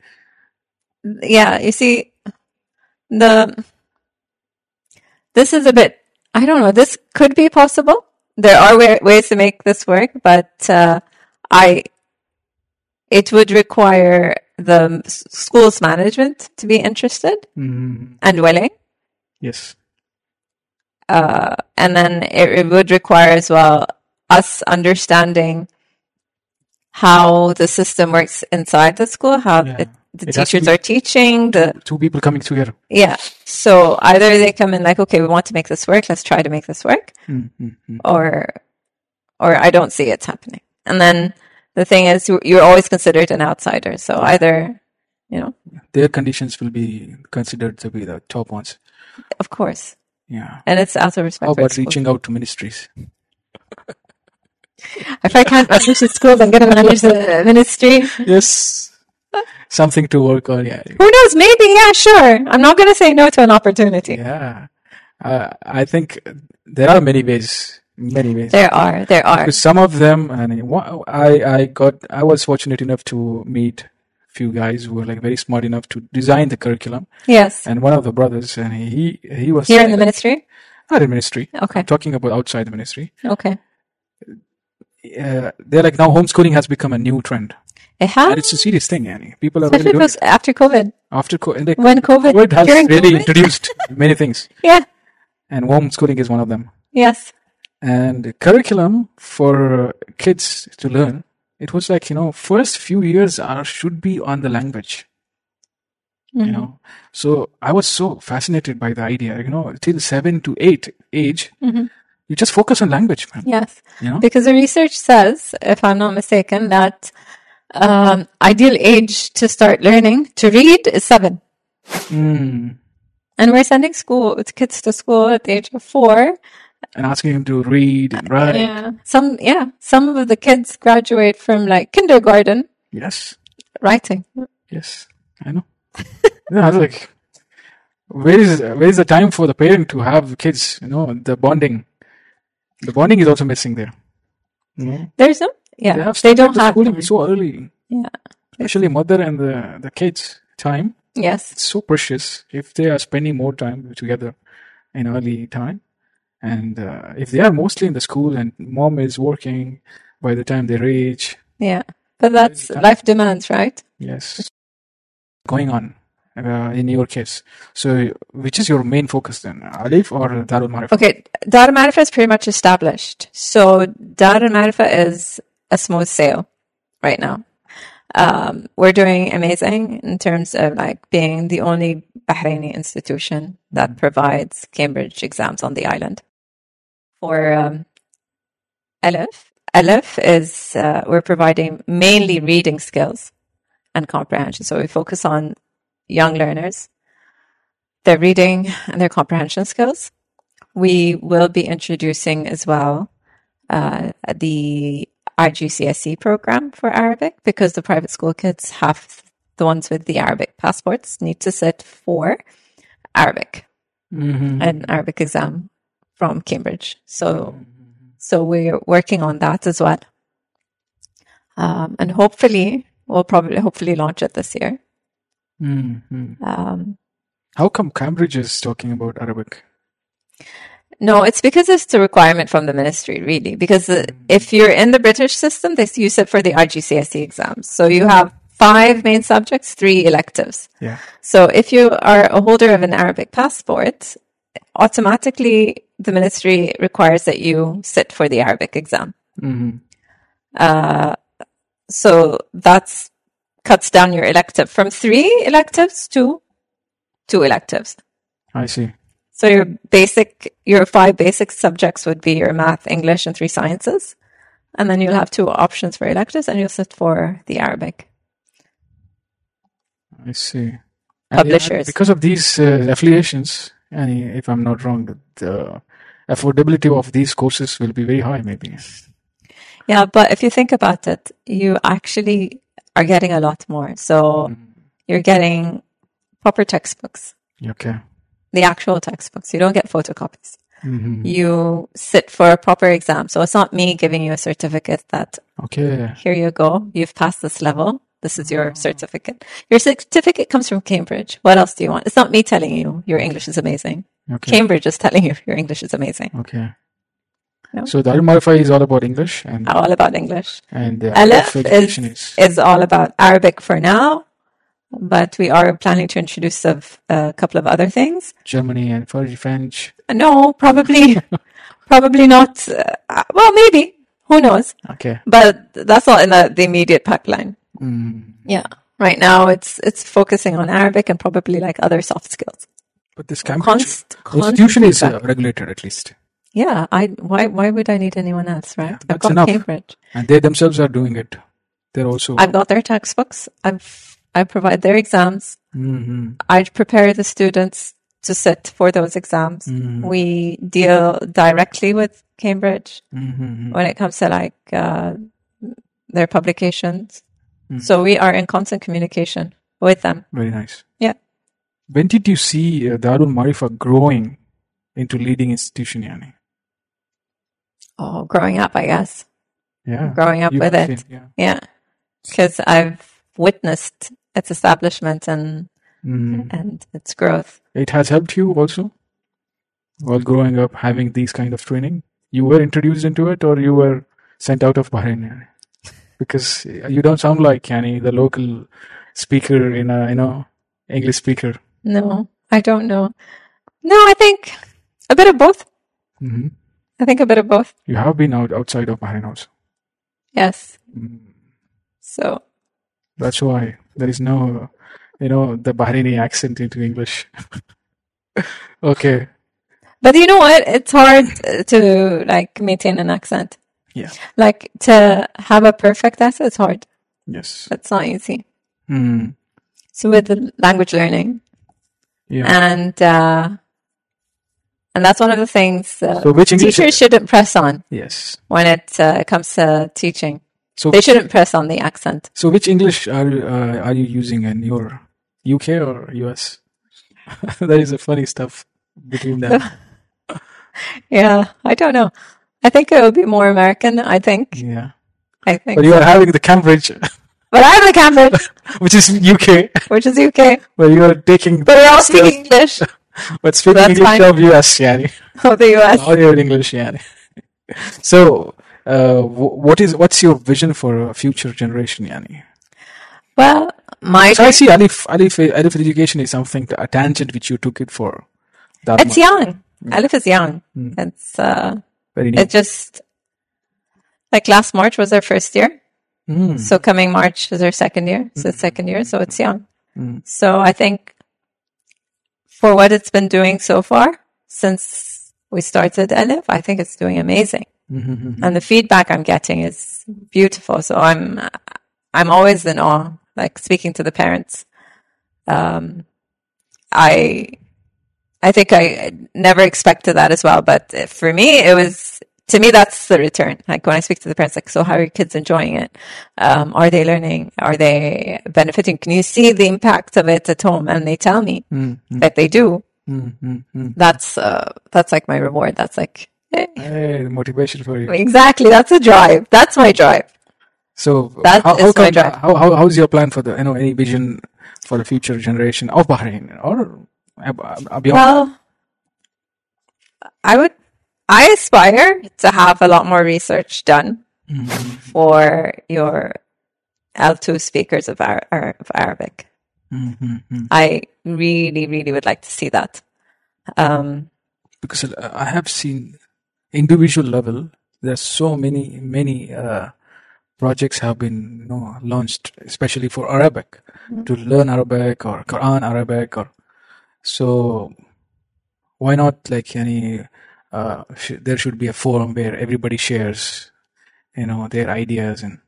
Speaker 2: Yeah, you see the this is a bit I don't know. This could be possible. There are wa- ways to make this work, but uh, I it would require the s- school's management to be interested
Speaker 1: Mm,
Speaker 2: and willing,
Speaker 1: yes.
Speaker 2: uh, and then it, it would require as well us understanding how the system works inside the school, how
Speaker 1: Yeah.
Speaker 2: it, the
Speaker 1: It has to
Speaker 2: teachers
Speaker 1: be-
Speaker 2: are teaching, the
Speaker 1: Two people coming together.
Speaker 2: Yeah. So either they come in like, okay, we want to make this work. Let's try to make this work,
Speaker 1: Mm, mm, mm.
Speaker 2: or, or I don't see it's happening. And then the thing is, you- you're always considered an outsider. So either, you know,
Speaker 1: Their conditions will be considered to be the top ones.
Speaker 2: of course,
Speaker 1: Yeah.
Speaker 2: and it's out of respect.
Speaker 1: How
Speaker 2: for
Speaker 1: about
Speaker 2: the school.
Speaker 1: reaching out to
Speaker 2: [laughs]
Speaker 1: ministries?
Speaker 2: If I can't manage the schools, I'm going to manage the ministry.
Speaker 1: Yes. Something to work on. Yeah.
Speaker 2: Who knows? Maybe, yeah, sure. I'm not going to say no to an opportunity.
Speaker 1: Yeah. Uh, I think there are many ways. Many ways.
Speaker 2: There are, there are.
Speaker 1: Because some of them, and wha- I, I got, I was fortunate enough to meet few guys who were like very smart enough to design the curriculum.
Speaker 2: Yes,
Speaker 1: And one of the brothers, and he he was
Speaker 2: here in the ministry.
Speaker 1: not in ministry.
Speaker 2: Okay.
Speaker 1: I'm talking about outside the ministry.
Speaker 2: Okay,
Speaker 1: Uh, they're like now homeschooling has become a new trend,
Speaker 2: it
Speaker 1: and
Speaker 2: has.
Speaker 1: it's a serious thing. Annie. People are really
Speaker 2: Especially
Speaker 1: doing
Speaker 2: [laughs] because
Speaker 1: it
Speaker 2: after COVID,
Speaker 1: after co- and like,
Speaker 2: when COVID,
Speaker 1: COVID has
Speaker 2: during
Speaker 1: really
Speaker 2: COVID,
Speaker 1: introduced many things,
Speaker 2: yeah,
Speaker 1: and homeschooling is one of them.
Speaker 2: yes.
Speaker 1: And the curriculum for kids to learn, it was like you know, first few years are should be on the language.
Speaker 2: Mm-hmm.
Speaker 1: you know so i was so fascinated by the idea you know till seven to eight age
Speaker 2: Mm-hmm.
Speaker 1: you just focus on language man
Speaker 2: Yes,
Speaker 1: you know
Speaker 2: because the research says, if I'm not mistaken, that um, ideal age to start learning to read is seven,
Speaker 1: mm.
Speaker 2: and we're sending school kids to school at the age of four.
Speaker 1: and asking him to read and write
Speaker 2: Yeah, some yeah, some of the kids graduate from like kindergarten
Speaker 1: yes
Speaker 2: writing.
Speaker 1: yes i
Speaker 2: [laughs]
Speaker 1: know yeah, i was like where is where is the time for the parent to have kids you know the bonding the bonding is also missing there you know?
Speaker 2: There's no yeah,
Speaker 1: they have
Speaker 2: they
Speaker 1: started
Speaker 2: don't
Speaker 1: the
Speaker 2: have
Speaker 1: schooling so early
Speaker 2: yeah.
Speaker 1: especially mother and the the kids time
Speaker 2: Yes,
Speaker 1: it's so precious if they are spending more time together in early time and uh, if they are mostly in the school and mom is working by the time they reach
Speaker 2: yeah, but that's life demands, right?
Speaker 1: yes going on uh, in your case so which is your main focus then alif or darul marif
Speaker 2: Okay, Dar Marifa is pretty much established. So Dar Marifa is a smooth sale right now. Um, we're doing amazing in terms of like being the only Bahraini institution that provides Cambridge exams on the island. For um, Aleph, Aleph is uh, we're providing mainly reading skills and comprehension. So we focus on young learners, their reading and their comprehension skills we will be introducing as well uh, the IGCSE E program for Arabic because the private school kids have the ones with the Arabic passports need to sit for Arabic
Speaker 1: mm-hmm.
Speaker 2: an Arabic exam from Cambridge. So so we're working on that as well, um, and hopefully we'll probably hopefully launch it this year.
Speaker 1: Mm-hmm.
Speaker 2: Um,
Speaker 1: how come cambridge is talking about arabic
Speaker 2: No, it's because it's a requirement from the ministry, really. Because uh, if you're in the British system, they use it for the IGCSE E exams. So you have five main subjects, three electives.
Speaker 1: yeah
Speaker 2: So if you are a holder of an Arabic passport, automatically the ministry requires that you sit for the Arabic exam. Uh,
Speaker 1: mm-hmm.
Speaker 2: So that's cuts down your elective from three electives to two electives.
Speaker 1: i see
Speaker 2: So your basic, your five basic subjects would be your math, English, and three sciences. And then you'll have two options for electives and you'll sit for the Arabic.
Speaker 1: i see And, yeah,
Speaker 2: Publishers.
Speaker 1: because of these uh, affiliations and if i'm not wrong the affordability of these courses will be very high maybe
Speaker 2: Yeah. But if you think about it, you actually are getting a lot more. So you're getting proper textbooks,
Speaker 1: okay
Speaker 2: the actual textbooks. You don't get photocopies.
Speaker 1: mm-hmm.
Speaker 2: You sit for a proper exam. So it's not me giving you a certificate that
Speaker 1: okay
Speaker 2: here you go. You've passed this level. This is
Speaker 1: Ah.
Speaker 2: your certificate. Your certificate comes from Cambridge. What else do you want? It's not me telling you your English is amazing.
Speaker 1: Okay.
Speaker 2: Cambridge is telling you [laughs] your English is amazing.
Speaker 1: Okay.
Speaker 2: No.
Speaker 1: So the Al Marfa is all about English, and
Speaker 2: All about English.
Speaker 1: and the
Speaker 2: Aleph
Speaker 1: Arabic
Speaker 2: is-
Speaker 1: dictionary is
Speaker 2: It's all about Arabic for now, but we are planning to introduce a, a couple of other things.
Speaker 1: Germany and French- French.
Speaker 2: No,
Speaker 1: [laughs]
Speaker 2: probably, probably not. Uh, well, maybe. Who knows?
Speaker 1: Okay.
Speaker 2: But that's not in the, the immediate pipeline.
Speaker 1: Mm.
Speaker 2: Yeah. Right now, it's it's focusing on Arabic and probably like other soft skills.
Speaker 1: But this Cambridge
Speaker 2: Const,
Speaker 1: institution is uh,
Speaker 2: feedback.
Speaker 1: regulated at least,
Speaker 2: yeah. I why why would I need anyone else, right? I've
Speaker 1: that's
Speaker 2: got
Speaker 1: enough.
Speaker 2: Cambridge.
Speaker 1: and they themselves are doing it. They're also.
Speaker 2: I've got their textbooks. I've I provide their exams.
Speaker 1: hmm
Speaker 2: I prepare the students to sit for those exams.
Speaker 1: Mm-hmm.
Speaker 2: We deal directly with Cambridge
Speaker 1: hmm
Speaker 2: when it comes to like uh, their publications.
Speaker 1: Mm-hmm.
Speaker 2: So we are in constant communication with them.
Speaker 1: Very nice.
Speaker 2: Yeah.
Speaker 1: When did you see uh, Darul Marifa growing into leading institution, Yani?
Speaker 2: Oh, growing up, I guess.
Speaker 1: Yeah.
Speaker 2: Growing up
Speaker 1: You
Speaker 2: with
Speaker 1: have
Speaker 2: it.
Speaker 1: seen, yeah.
Speaker 2: Yeah. Because I've witnessed its establishment and, Mm-hmm.
Speaker 1: Mm.
Speaker 2: and its growth.
Speaker 1: It has helped you also while growing up having these kind of training. You were introduced into it or you were sent out of Bahrain? Yani? Because you don't sound like Yani, the local speaker in a, you know, English speaker.
Speaker 2: No, I don't know. No, I think a bit of both.
Speaker 1: hmm
Speaker 2: I think a bit of both.
Speaker 1: You have been out outside of Bahrain also.
Speaker 2: Yes.
Speaker 1: Mm.
Speaker 2: So
Speaker 1: That's why there is no, you know, the Bahraini accent into English. [laughs] okay.
Speaker 2: But you know what? It's hard uh, to like maintain an accent.
Speaker 1: Yeah.
Speaker 2: Like to have a perfect accent, it's hard.
Speaker 1: Yes.
Speaker 2: It's not easy.
Speaker 1: Mm.
Speaker 2: So with the language learning,
Speaker 1: Yeah.
Speaker 2: and uh, and that's one of the things uh,
Speaker 1: so which English?
Speaker 2: teachers shouldn't press on
Speaker 1: Yes.
Speaker 2: when it uh, comes to teaching.
Speaker 1: So
Speaker 2: They shouldn't press on the accent.
Speaker 1: so which English are uh, are you using in your UK or US? [laughs] that is a funny stuff between
Speaker 2: [laughs]
Speaker 1: them.
Speaker 2: Yeah, I don't know. I think it would be more American. I think.
Speaker 1: yeah.
Speaker 2: I think.
Speaker 1: But you are having the Cambridge, [laughs]
Speaker 2: But I'm the Cambridge,
Speaker 1: which is UK,
Speaker 2: which is UK.
Speaker 1: where you are taking
Speaker 2: But we all speak
Speaker 1: skills,
Speaker 2: English
Speaker 1: but speaking
Speaker 2: That's
Speaker 1: English
Speaker 2: fine.
Speaker 1: of US,
Speaker 2: [laughs]
Speaker 1: yani.
Speaker 2: of the US.
Speaker 1: [laughs] All your English, yeah. So, uh, wh- what is what's your vision for a future generation, Yani?
Speaker 2: Well, my
Speaker 1: So I see Alif, Alif, Alif education is something a tangent which you took it for. That
Speaker 2: It's young.
Speaker 1: Mm.
Speaker 2: Aleph is young. It's uh,
Speaker 1: very new.
Speaker 2: it just like last March was our first year.
Speaker 1: Mm.
Speaker 2: So coming March is our second year. So it's second year. So it's young. So I think for what it's been doing so far since we started Aleph, I think it's doing amazing. And the feedback I'm getting is beautiful. So I'm I'm always in awe. Like speaking to the parents, um, I I think I never expected that as well. But for me, it was, to me, that's the return. Like when I speak to the parents, like, so how are your kids enjoying it? Um, are they learning? Are they benefiting? Can you see the impact of it at home? And they tell me
Speaker 1: Mm, mm,
Speaker 2: that they do.
Speaker 1: mm, mm, mm.
Speaker 2: That's, uh, that's like my reward. That's like, eh.
Speaker 1: Hey, the motivation for you.
Speaker 2: exactly. That's a drive. That's my drive.
Speaker 1: So
Speaker 2: That
Speaker 1: how, how,
Speaker 2: is my
Speaker 1: come,
Speaker 2: drive.
Speaker 1: how how how's your plan for the you know any vision for the future generation of Bahrain or ab- ab- beyond?
Speaker 2: Well, I would, I aspire to have a lot more research done for your L2 speakers of, Ar- Ar- of Arabic.
Speaker 1: Mm, mm, mm.
Speaker 2: I really, really would like to see that. Um,
Speaker 1: because uh, I have seen individual level there's so many many uh, projects have been you know, launched especially for Arabic to
Speaker 2: Mm-hmm.
Speaker 1: learn Arabic or Quran Arabic or so why not like any uh, sh- there should be a forum where everybody shares you know their ideas and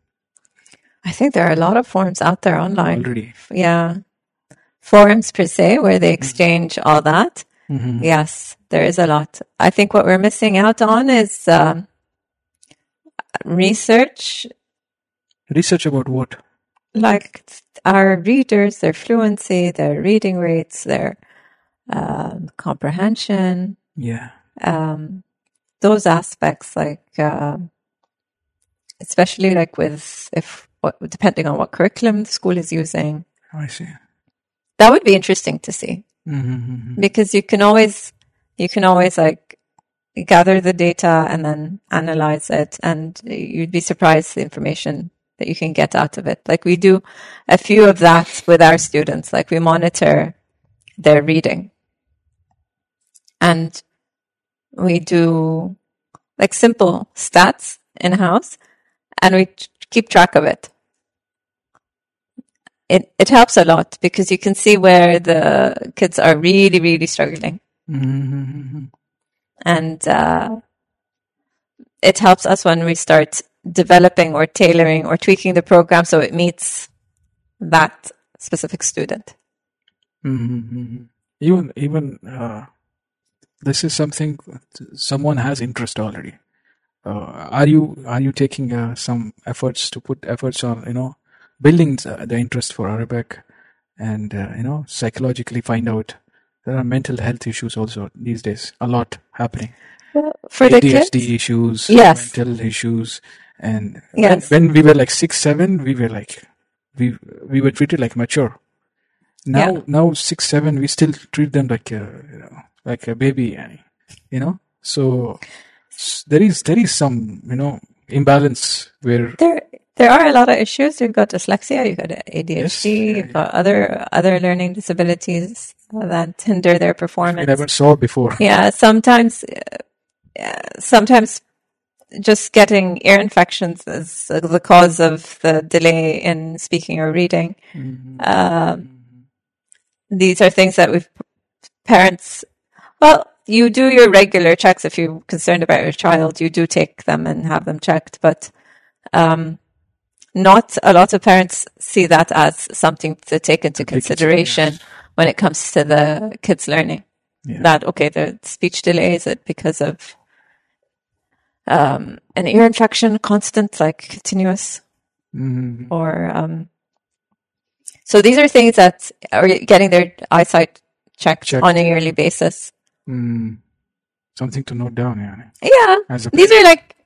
Speaker 2: I think there are a lot of forums out there online.
Speaker 1: already
Speaker 2: Yeah. Forums per se, where they exchange all that.
Speaker 1: Mhm.
Speaker 2: Yes, there is a lot. I think what we're missing out on is um, research,
Speaker 1: research about what
Speaker 2: like our readers, their fluency, their reading rates, their um, comprehension.
Speaker 1: yeah
Speaker 2: um, those aspects, like um especially like with if what, depending on what curriculum the school is using,
Speaker 1: I see
Speaker 2: that would be interesting to see
Speaker 1: mm-hmm.
Speaker 2: because you can always you can always like gather the data and then analyze it and you'd be surprised the information that you can get out of it like we do a few of that with our students like we monitor their reading and we do like simple stats in house and we t- keep track of it it it helps a lot because you can see where the kids are really really struggling
Speaker 1: mm-hmm,
Speaker 2: and uh, it helps us when we start developing or tailoring or tweaking the program so it meets that specific student
Speaker 1: mm-hmm, Even even uh, this is something someone has interest already. Uh, are you are you taking uh, some efforts to put efforts on you know building uh, the, the interest for Arabic and uh, you know psychologically find out there are mental health issues also these days a lot happening
Speaker 2: for the
Speaker 1: ADHD
Speaker 2: kids
Speaker 1: issues,
Speaker 2: Yes.
Speaker 1: mental issues, and
Speaker 2: Yes.
Speaker 1: when, when we were like six, seven, we were like we we were treated like mature. Now
Speaker 2: yeah
Speaker 1: now six, seven, we still treat them like a you know, like a baby, and, you know. So s- there is there is some you know imbalance where
Speaker 2: there there are a lot of issues you've got dyslexia you've got
Speaker 1: yes
Speaker 2: adhd
Speaker 1: yeah
Speaker 2: you've
Speaker 1: yeah
Speaker 2: got other other learning disabilities that hinder their
Speaker 1: we
Speaker 2: performance
Speaker 1: never saw before.
Speaker 2: yeah sometimes uh, sometimes just getting ear infections is the cause of the delay in speaking or reading
Speaker 1: Mm-hmm.
Speaker 2: um, these are things that we've parents well you do your regular checks if you're concerned about your child you do take them and have them checked but um, not a lot of parents see that as something to take
Speaker 1: To
Speaker 2: into
Speaker 1: take it, yeah,
Speaker 2: consideration when it comes to the kids learning.
Speaker 1: yeah,
Speaker 2: That, okay, the speech delay is it because of um, an ear infection, constant, like continuous,
Speaker 1: mm
Speaker 2: or um, so these are things that are getting their eyesight checked on
Speaker 1: checked,
Speaker 2: a yearly basis.
Speaker 1: mm. something to note down, yeah,
Speaker 2: Yeah,
Speaker 1: as a
Speaker 2: these
Speaker 1: parent.
Speaker 2: are like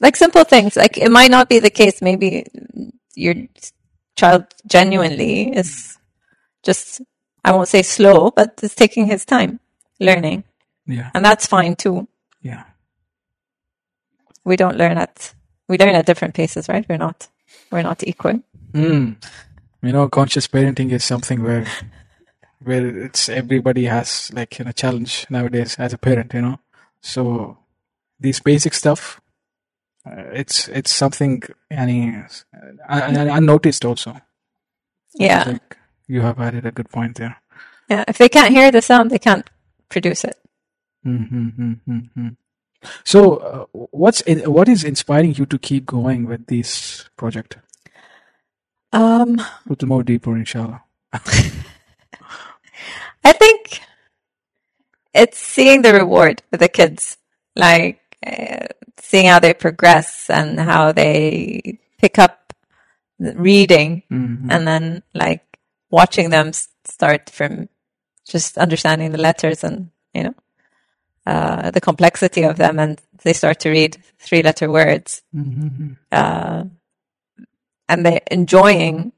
Speaker 2: like simple things. Like it might not be the case. Maybe your child genuinely is just I won't say slow, but it's taking his time learning.
Speaker 1: Yeah,
Speaker 2: And that's fine too.
Speaker 1: yeah.
Speaker 2: We don't learn at we learn at different paces, right? We're not we're not equal.
Speaker 1: Mm. you know conscious parenting is something where where it's everybody has like you know challenge nowadays as a parent you know so these basic stuff uh, it's it's something any and unnoticed also i
Speaker 2: Yeah.
Speaker 1: think you have added a good point there
Speaker 2: Yeah. If they can't hear the sound, they can't produce it.
Speaker 1: mm-hmm. so uh, what's in, what is inspiring you to keep going with this project
Speaker 2: Um
Speaker 1: a little more deeper inshallah
Speaker 2: I think it's seeing the reward with the kids. Like uh, seeing how they progress and how they pick up the reading
Speaker 1: mm-hmm.
Speaker 2: and then like watching them s- start from just understanding the letters and you know uh, the complexity of them and they start to read three letter words
Speaker 1: Mm-hmm.
Speaker 2: uh, and they're enjoying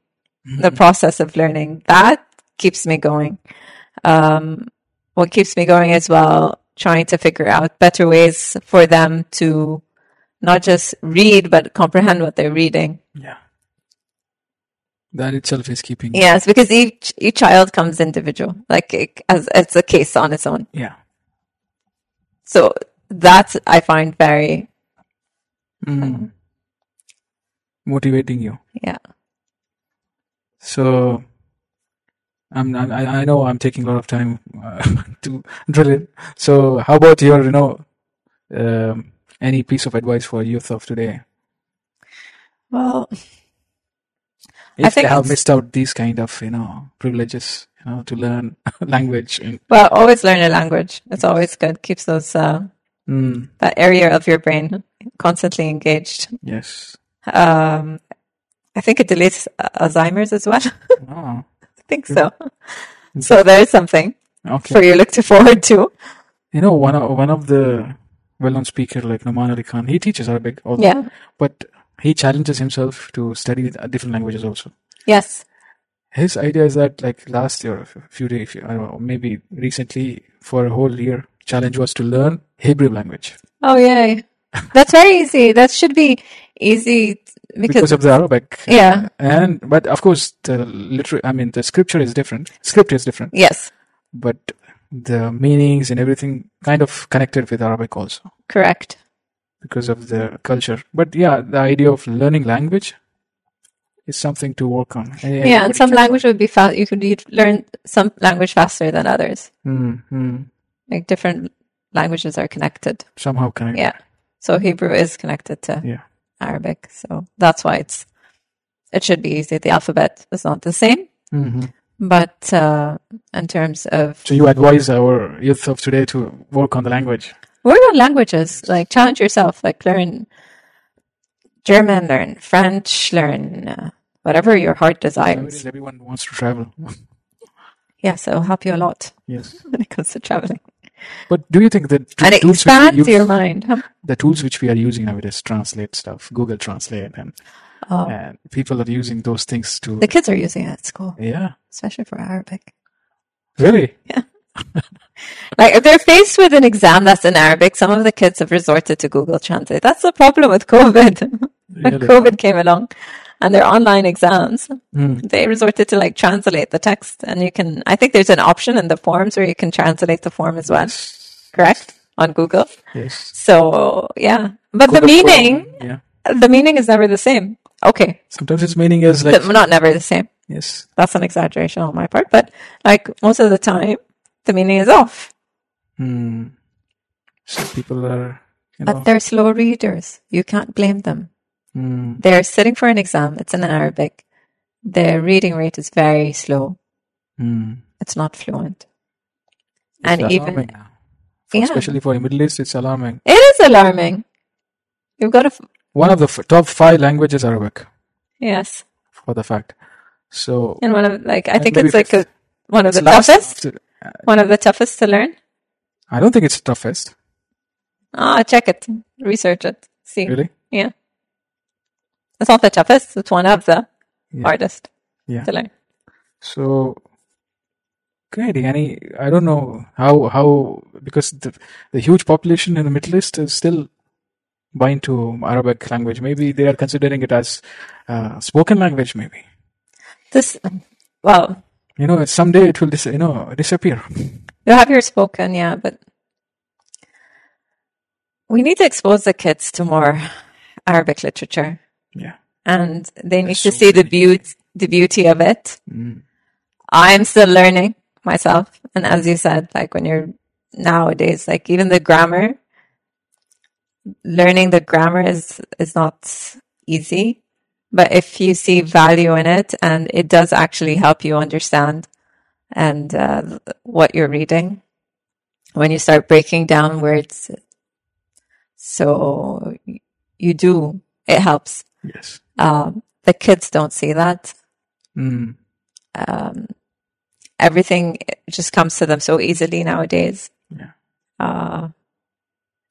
Speaker 2: the process of learning that keeps me going um, what keeps me going as well trying to figure out better ways for them to not just read but comprehend what they're reading
Speaker 1: yeah that itself is keeping you
Speaker 2: yes because each each child comes individual like it, as it's a case on its own
Speaker 1: yeah
Speaker 2: so that i find very
Speaker 1: mm. motivating you
Speaker 2: Mm-hmm. yeah
Speaker 1: so I'm, I'm, I I know I'm taking a lot of time uh, [laughs] to drill in. So, how about your, you know, um, any piece of advice for youth of today
Speaker 2: well i
Speaker 1: if they
Speaker 2: think
Speaker 1: have
Speaker 2: it's
Speaker 1: missed out these kind of, you know, privileges, you know, to learn [laughs] language and
Speaker 2: Well, always learn a language. It's always good. Keeps those uh,
Speaker 1: mm,
Speaker 2: that area of your brain constantly engaged.
Speaker 1: yes,
Speaker 2: Um, I think it delays Alzheimer's as well. [laughs] I
Speaker 1: oh,
Speaker 2: think
Speaker 1: good.
Speaker 2: so.
Speaker 1: Mm-hmm.
Speaker 2: So there's something
Speaker 1: okay.
Speaker 2: for you to look to forward to.
Speaker 1: You know, one of one of the well-known speaker like Noman Ali Khan, he teaches Arabic also,
Speaker 2: Yeah.
Speaker 1: but he challenges himself to study uh, different languages also.
Speaker 2: Yes.
Speaker 1: His idea is that, like last year, a few days, I don't know, maybe recently, for a whole year, challenge was to learn Hebrew language
Speaker 2: Oh, yay. That's very easy. That should be easy because,
Speaker 1: because of the Arabic.
Speaker 2: yeah,
Speaker 1: And but of course the liter- I mean the scripture is different. Script is different,
Speaker 2: yes,
Speaker 1: but the meanings and everything kind of connected with Arabic also
Speaker 2: correct.
Speaker 1: because of the culture. But yeah, the idea of learning language is something to work on.
Speaker 2: Yeah, and some language would be fast. You could you'd learn some language faster than others.
Speaker 1: hmm
Speaker 2: Like different languages are connected.
Speaker 1: somehow connected.
Speaker 2: Yeah. So Hebrew is connected to
Speaker 1: Yeah.
Speaker 2: Arabic. So that's why it's, it should be easy. The alphabet is not the same,
Speaker 1: hmm
Speaker 2: but uh, in terms of
Speaker 1: So you advise our youth of today to work on the language.
Speaker 2: work on languages, like challenge yourself, like learn German, learn French, learn uh, whatever your heart desires.
Speaker 1: Nowadays, everyone wants to
Speaker 2: [laughs]
Speaker 1: travel.
Speaker 2: Yes, it will help you a lot [laughs]
Speaker 1: yes.
Speaker 2: when it comes to traveling.
Speaker 1: But do you think that t-
Speaker 2: And it
Speaker 1: tools which we
Speaker 2: expands your
Speaker 1: use,
Speaker 2: mind. huh?
Speaker 1: the tools which we are using nowadays, translate stuff, Google Translate, and
Speaker 2: Oh,
Speaker 1: and people are using those things to
Speaker 2: the kids are using it at school,
Speaker 1: yeah
Speaker 2: especially for Arabic.
Speaker 1: really
Speaker 2: Like if they're faced with an exam that's in Arabic, some of the kids have resorted to Google Translate. That's the problem with COVID. [laughs] when
Speaker 1: Really?
Speaker 2: COVID came along and their online exams,
Speaker 1: Hmm.
Speaker 2: they resorted to like translate the text. And you can, I think there's an option in the forms where you can translate the form as well, correct? On Google.
Speaker 1: yes
Speaker 2: So yeah, but the
Speaker 1: Google Chrome,
Speaker 2: meaning,
Speaker 1: yeah
Speaker 2: the meaning is never the same. Okay.
Speaker 1: sometimes its meaning is like
Speaker 2: The- not never the same.
Speaker 1: yes
Speaker 2: That's an exaggeration on my part, but like most of the time, the meaning is off.
Speaker 1: Hmm. so people are you know
Speaker 2: But they're slow readers. You can't blame them.
Speaker 1: hmm.
Speaker 2: They're sitting for an exam. It's in Arabic. Their reading rate is very slow.
Speaker 1: Hmm.
Speaker 2: It's not fluent.
Speaker 1: It's
Speaker 2: and even-
Speaker 1: alarming now. For-
Speaker 2: Yeah.
Speaker 1: especially for the Middle East it's alarming
Speaker 2: It is alarming. You've got to, f-
Speaker 1: one of the f- top five languages Arabic
Speaker 2: yes.
Speaker 1: for the fact so
Speaker 2: And one of like, I
Speaker 1: And
Speaker 2: think
Speaker 1: maybe
Speaker 2: it's like a, one of
Speaker 1: it's
Speaker 2: the
Speaker 1: last
Speaker 2: toughest,
Speaker 1: after-
Speaker 2: one of the toughest to learn.
Speaker 1: I don't think it's toughest
Speaker 2: Ah, check it, research it, see.
Speaker 1: really
Speaker 2: Yeah. It's not the toughest. It's one of the
Speaker 1: Yeah.
Speaker 2: hardest
Speaker 1: Yeah.
Speaker 2: to learn.
Speaker 1: So great, Any, I don't know how how because the the huge population in the Middle East is still bind to Arabic language. Maybe they are considering it as uh, spoken language. Maybe
Speaker 2: This, well,
Speaker 1: you know someday it will dis- you know disappear.
Speaker 2: You have your spoken, yeah, but we need to expose the kids to more Arabic literature,
Speaker 1: Yeah.
Speaker 2: and they need
Speaker 1: There's
Speaker 2: to
Speaker 1: so
Speaker 2: see the
Speaker 1: many.
Speaker 2: beauty, the beauty of it.
Speaker 1: Mm.
Speaker 2: I'm still learning myself, and as you said, like when you're nowadays, like even the grammar, learning the grammar is is not easy, but if you see value in it, and it does actually help you understand and uh, what you're reading when you start breaking down words So y- you do. It helps.
Speaker 1: Yes.
Speaker 2: Um, the kids don't see that.
Speaker 1: Mm.
Speaker 2: Um, everything just comes to them so easily nowadays.
Speaker 1: Yeah.
Speaker 2: Uh,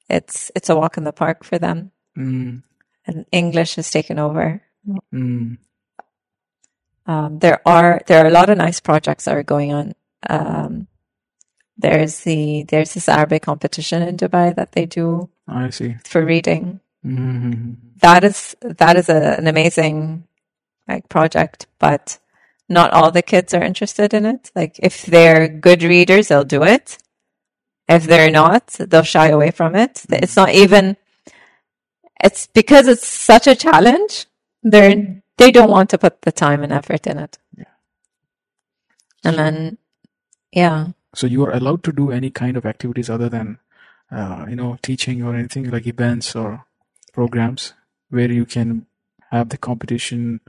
Speaker 2: it's it's a walk in the park for them,
Speaker 1: Mm.
Speaker 2: and English has taken over.
Speaker 1: Mm.
Speaker 2: Um, there are there are a lot of nice projects that are going on. Um, there's the there's this Arabic competition in Dubai that they do
Speaker 1: I see.
Speaker 2: for reading.
Speaker 1: Mm.
Speaker 2: that is that is a, an amazing like project but not all the kids are interested in it like if they're good readers they'll do it if they're not they'll shy away from it it's not even it's because it's such a challenge they're they don't want to put the time and effort in it and then yeah
Speaker 1: So you are allowed to do any kind of activities other than uh, you know teaching or anything like events or programs where you can have the competition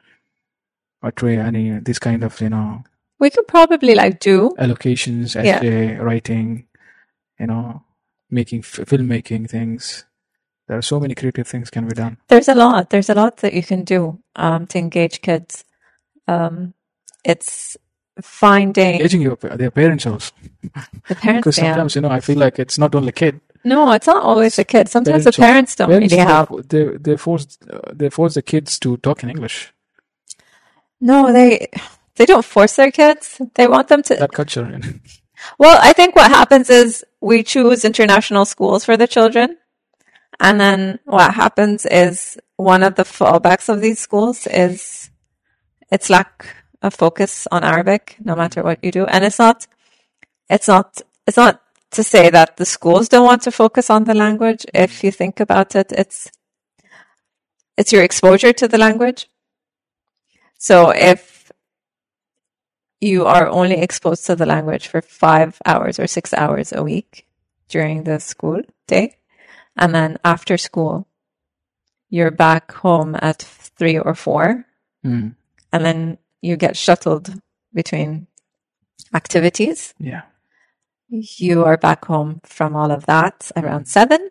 Speaker 1: or try any this kind of you know
Speaker 2: we could probably like do
Speaker 1: allocations,
Speaker 2: Yeah.
Speaker 1: essay writing, you know, making f- filmmaking things. There are so many creative things can be done.
Speaker 2: there's a lot there's a lot that you can do um to engage kids um it's finding
Speaker 1: Engaging your pa- their parents also,
Speaker 2: the parents
Speaker 1: because
Speaker 2: yeah.
Speaker 1: sometimes you know I feel like it's not only kid.
Speaker 2: No, it's not always the kids. Sometimes
Speaker 1: Parents
Speaker 2: the
Speaker 1: are-
Speaker 2: parents don't
Speaker 1: Parents
Speaker 2: really help.
Speaker 1: they they they force uh, they force the kids to talk in English.
Speaker 2: No, they they don't force their kids. They want them to.
Speaker 1: That culture. you know.
Speaker 2: Well, I think what happens is we choose international schools for the children. And then what happens is one of the fallbacks of these schools is its lack of focus on Arabic, no matter what you do. And it's not, it's not, it's not to say that the schools don't want to focus on the language. If you think about it, it's, it's your exposure to the language. So if you are only exposed to the language for five hours or six hours a week during the school day, and then after school, you're back home at three or four,
Speaker 1: Mm.
Speaker 2: and then you get shuttled between activities.
Speaker 1: [laughs] Yeah.
Speaker 2: You are back home from all of that around seven.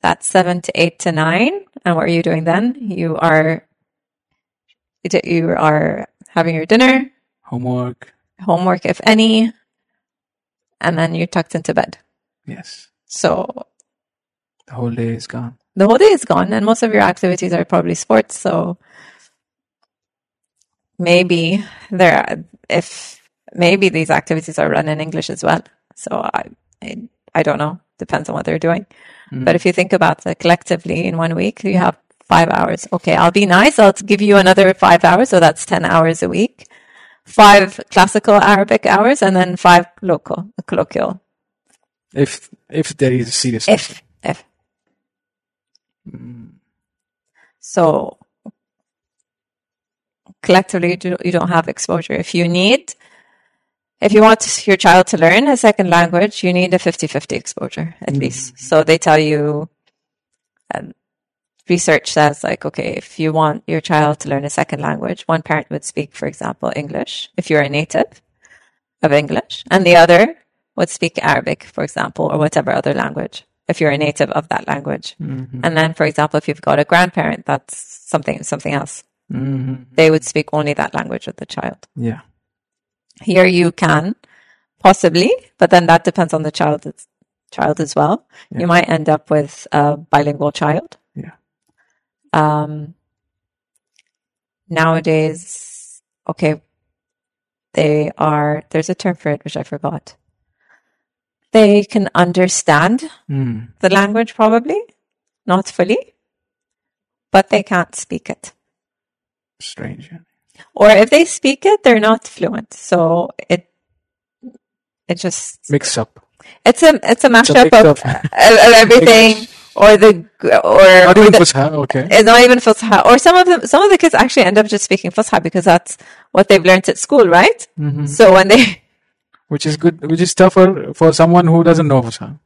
Speaker 2: That's seven to eight to nine. And what are you doing then? You are you d- you are having your dinner,
Speaker 1: Homework.
Speaker 2: homework if any, and then you're tucked into bed.
Speaker 1: Yes.
Speaker 2: So
Speaker 1: The whole day is gone.
Speaker 2: the whole day is gone, and most of your activities are probably sports. So maybe there, are- if maybe these activities are run in English as well. So I, I, I don't know. Depends on what they're doing.
Speaker 1: Mm.
Speaker 2: But if you think about it collectively in one week, you have five hours. Okay, I'll be nice. I'll give you another five hours. So that's 10 hours a week, five classical Arabic hours, and then five local, colloquial.
Speaker 1: If if there is a serious
Speaker 2: If, if. So collectively, you, do, you don't have exposure. If you need, if you want your child to learn a second language, you need a 50 50 exposure at least. So they tell you, um, research says, like, okay, if you want your child to learn a second language, one parent would speak, for example, English, if you're a native of English, and the other would speak Arabic, for example, or whatever other language, if you're a native of that
Speaker 1: Mm-hmm.
Speaker 2: language. And then, for example, if you've got a grandparent, that's something, something else.
Speaker 1: hmm
Speaker 2: They would speak only that language with the child.
Speaker 1: Yeah.
Speaker 2: Here you can possibly, but then that depends on the child child as well.
Speaker 1: Yeah.
Speaker 2: You might end up with a bilingual child.
Speaker 1: Yeah.
Speaker 2: Um, nowadays, okay, they are. There's a term for it which I forgot. They can understand
Speaker 1: Mm.
Speaker 2: the language probably, not fully, but they can't speak it.
Speaker 1: Strange. yeah.
Speaker 2: Or if they speak it, they're not fluent. So it it just
Speaker 1: Mix up.
Speaker 2: It's a it's a
Speaker 1: It's a
Speaker 2: mashup
Speaker 1: mix
Speaker 2: of, e-,
Speaker 1: up.
Speaker 2: of of everything, or the or,
Speaker 1: Not even
Speaker 2: or the,
Speaker 1: Fusha. Okay.
Speaker 2: it's not even Fusha. Or some of them, some of the kids actually end up just speaking Fusha because that's what they've learned at school, right?
Speaker 1: hmm
Speaker 2: So when they
Speaker 1: Which is good. Which is tougher for someone who doesn't know Fusha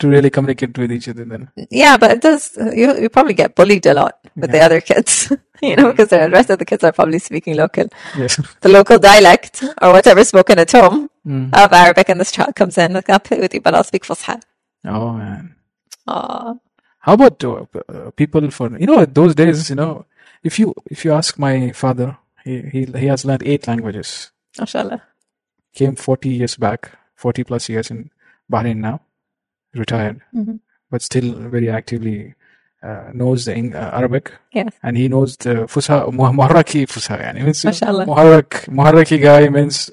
Speaker 1: to really communicate with each other. Then.
Speaker 2: yeah, but it does. You you probably get bullied a lot with the
Speaker 1: Yeah.
Speaker 2: other kids, [laughs] you know, because the rest of the kids are probably speaking local,
Speaker 1: Yes. [laughs]
Speaker 2: the local dialect or whatever spoken at home
Speaker 1: Mm.
Speaker 2: of Arabic, and this child comes in, like, I'll play with you, but I'll speak Fusha.
Speaker 1: Oh man.
Speaker 2: Aw.
Speaker 1: How about uh, p- uh, people for you know those days? You know, if you if you ask my father, he he he has learned eight languages.
Speaker 2: Mashallah.
Speaker 1: Came forty years back, forty plus years in Bahrain now, retired,
Speaker 2: Mhm.
Speaker 1: but still very actively uh, knows the Eng- uh, Arabic.
Speaker 2: Yes.
Speaker 1: And he knows the Fusha, Mu- Muharraki Fusha. Yani. Means, you know,
Speaker 2: Mashallah.
Speaker 1: Muharrak, Muharraki guy means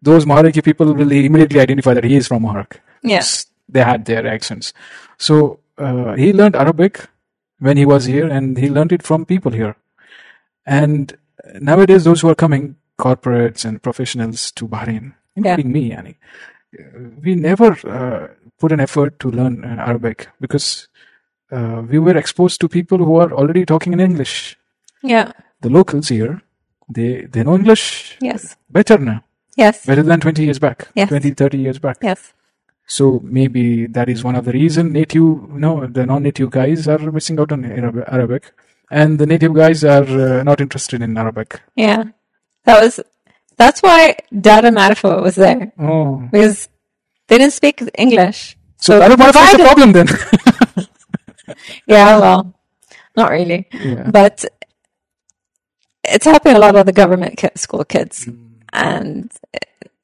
Speaker 1: those Muharraki people will immediately identify that he is from Muharrak.
Speaker 2: Yeah.
Speaker 1: S- They had their accents. So uh, he learned Arabic when he was here and he learned it from people here. And nowadays, those who are coming, corporates and professionals to Bahrain, including me, yani, we never uh, put an effort to learn uh, Arabic because uh, we were exposed to people who are already talking in English.
Speaker 2: Yeah.
Speaker 1: The locals here, they, they know English
Speaker 2: Yes.
Speaker 1: better now,
Speaker 2: Yes.
Speaker 1: better than 20 years back,
Speaker 2: Yes.
Speaker 1: twenty, thirty 20, 30 years back.
Speaker 2: Yes.
Speaker 1: So maybe that is one of the reason native, no, the non-native guys are missing out on Arab- Arabic, and the native guys are uh, not interested in Arabic.
Speaker 2: Yeah. That was that's why Dada Madafo was there.
Speaker 1: Oh,
Speaker 2: Because they didn't speak English.
Speaker 1: so Arab is the
Speaker 2: provided-
Speaker 1: problem
Speaker 2: [laughs]
Speaker 1: then.
Speaker 2: Yeah, well, not really.
Speaker 1: yeah.
Speaker 2: But it's helping a lot of the government ki- school kids. And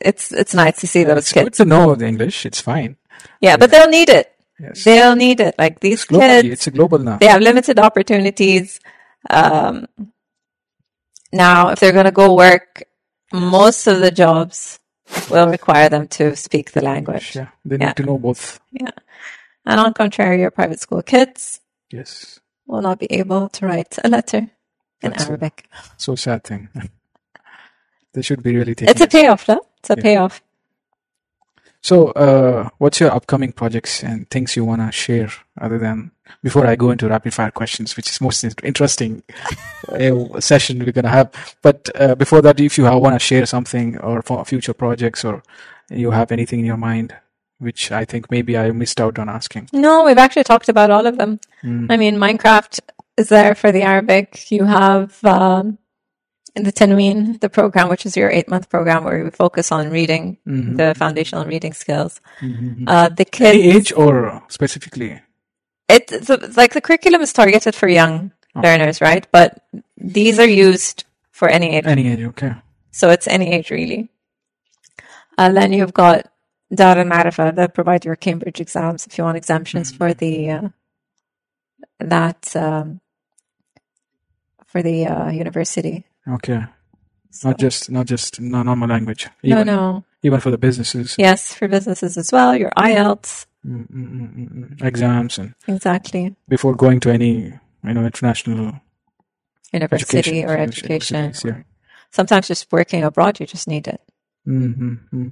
Speaker 2: it's it's nice to see those
Speaker 1: Mm. It's good
Speaker 2: kids.
Speaker 1: to know the English. It's fine.
Speaker 2: Yeah, but they'll need it.
Speaker 1: Yes.
Speaker 2: They'll need it. Like these
Speaker 1: It's globally.
Speaker 2: kids,
Speaker 1: It's a global now.
Speaker 2: they have limited opportunities. Um, now, if they're going to go work most of the jobs will require them to speak the language.
Speaker 1: Yeah, they need
Speaker 2: Yeah.
Speaker 1: to know both.
Speaker 2: Yeah. And on contrary, your private school kids
Speaker 1: Yes,
Speaker 2: will not be able to write a letter in
Speaker 1: That's it.
Speaker 2: Arabic.
Speaker 1: so sad thing. [laughs] they should be really taking.
Speaker 2: It's a payoff, though. It's a
Speaker 1: Yeah.
Speaker 2: payoff.
Speaker 1: So, uh, what's your upcoming projects and things you wanna share other than before I go into rapid fire questions, which is most in- interesting uh, session we're gonna have. But uh, before that, if you ha- wanna share something or for future projects or you have anything in your mind, which I think maybe I missed out on asking.
Speaker 2: No, we've actually talked about all of them. I mean, Minecraft is there for the Arabic. You have um, the Tanween, the program, which is your eight month program where we focus on reading, the foundational reading skills. Uh, the kids.
Speaker 1: Any age or specifically?
Speaker 2: it, it's it's like the curriculum is targeted for young learners, right? But these are used for any age,
Speaker 1: Any age, okay.
Speaker 2: so it's any age really. And then you've got Dar al Ma'rifa that provide your Cambridge exams if you want
Speaker 1: Mm.
Speaker 2: exemptions for the uh, that um, for the uh, university.
Speaker 1: Okay. Not just not just no, normal language.
Speaker 2: No,
Speaker 1: Even,
Speaker 2: no,
Speaker 1: even for the businesses,
Speaker 2: yes, for businesses as well. Your IELTS,
Speaker 1: mm, mm, mm, mm, mm, exams and
Speaker 2: exactly,
Speaker 1: before going to any you know international
Speaker 2: university
Speaker 1: education
Speaker 2: or education.
Speaker 1: universities, yeah.
Speaker 2: Sometimes just working abroad, you just need it.
Speaker 1: Mm-hmm.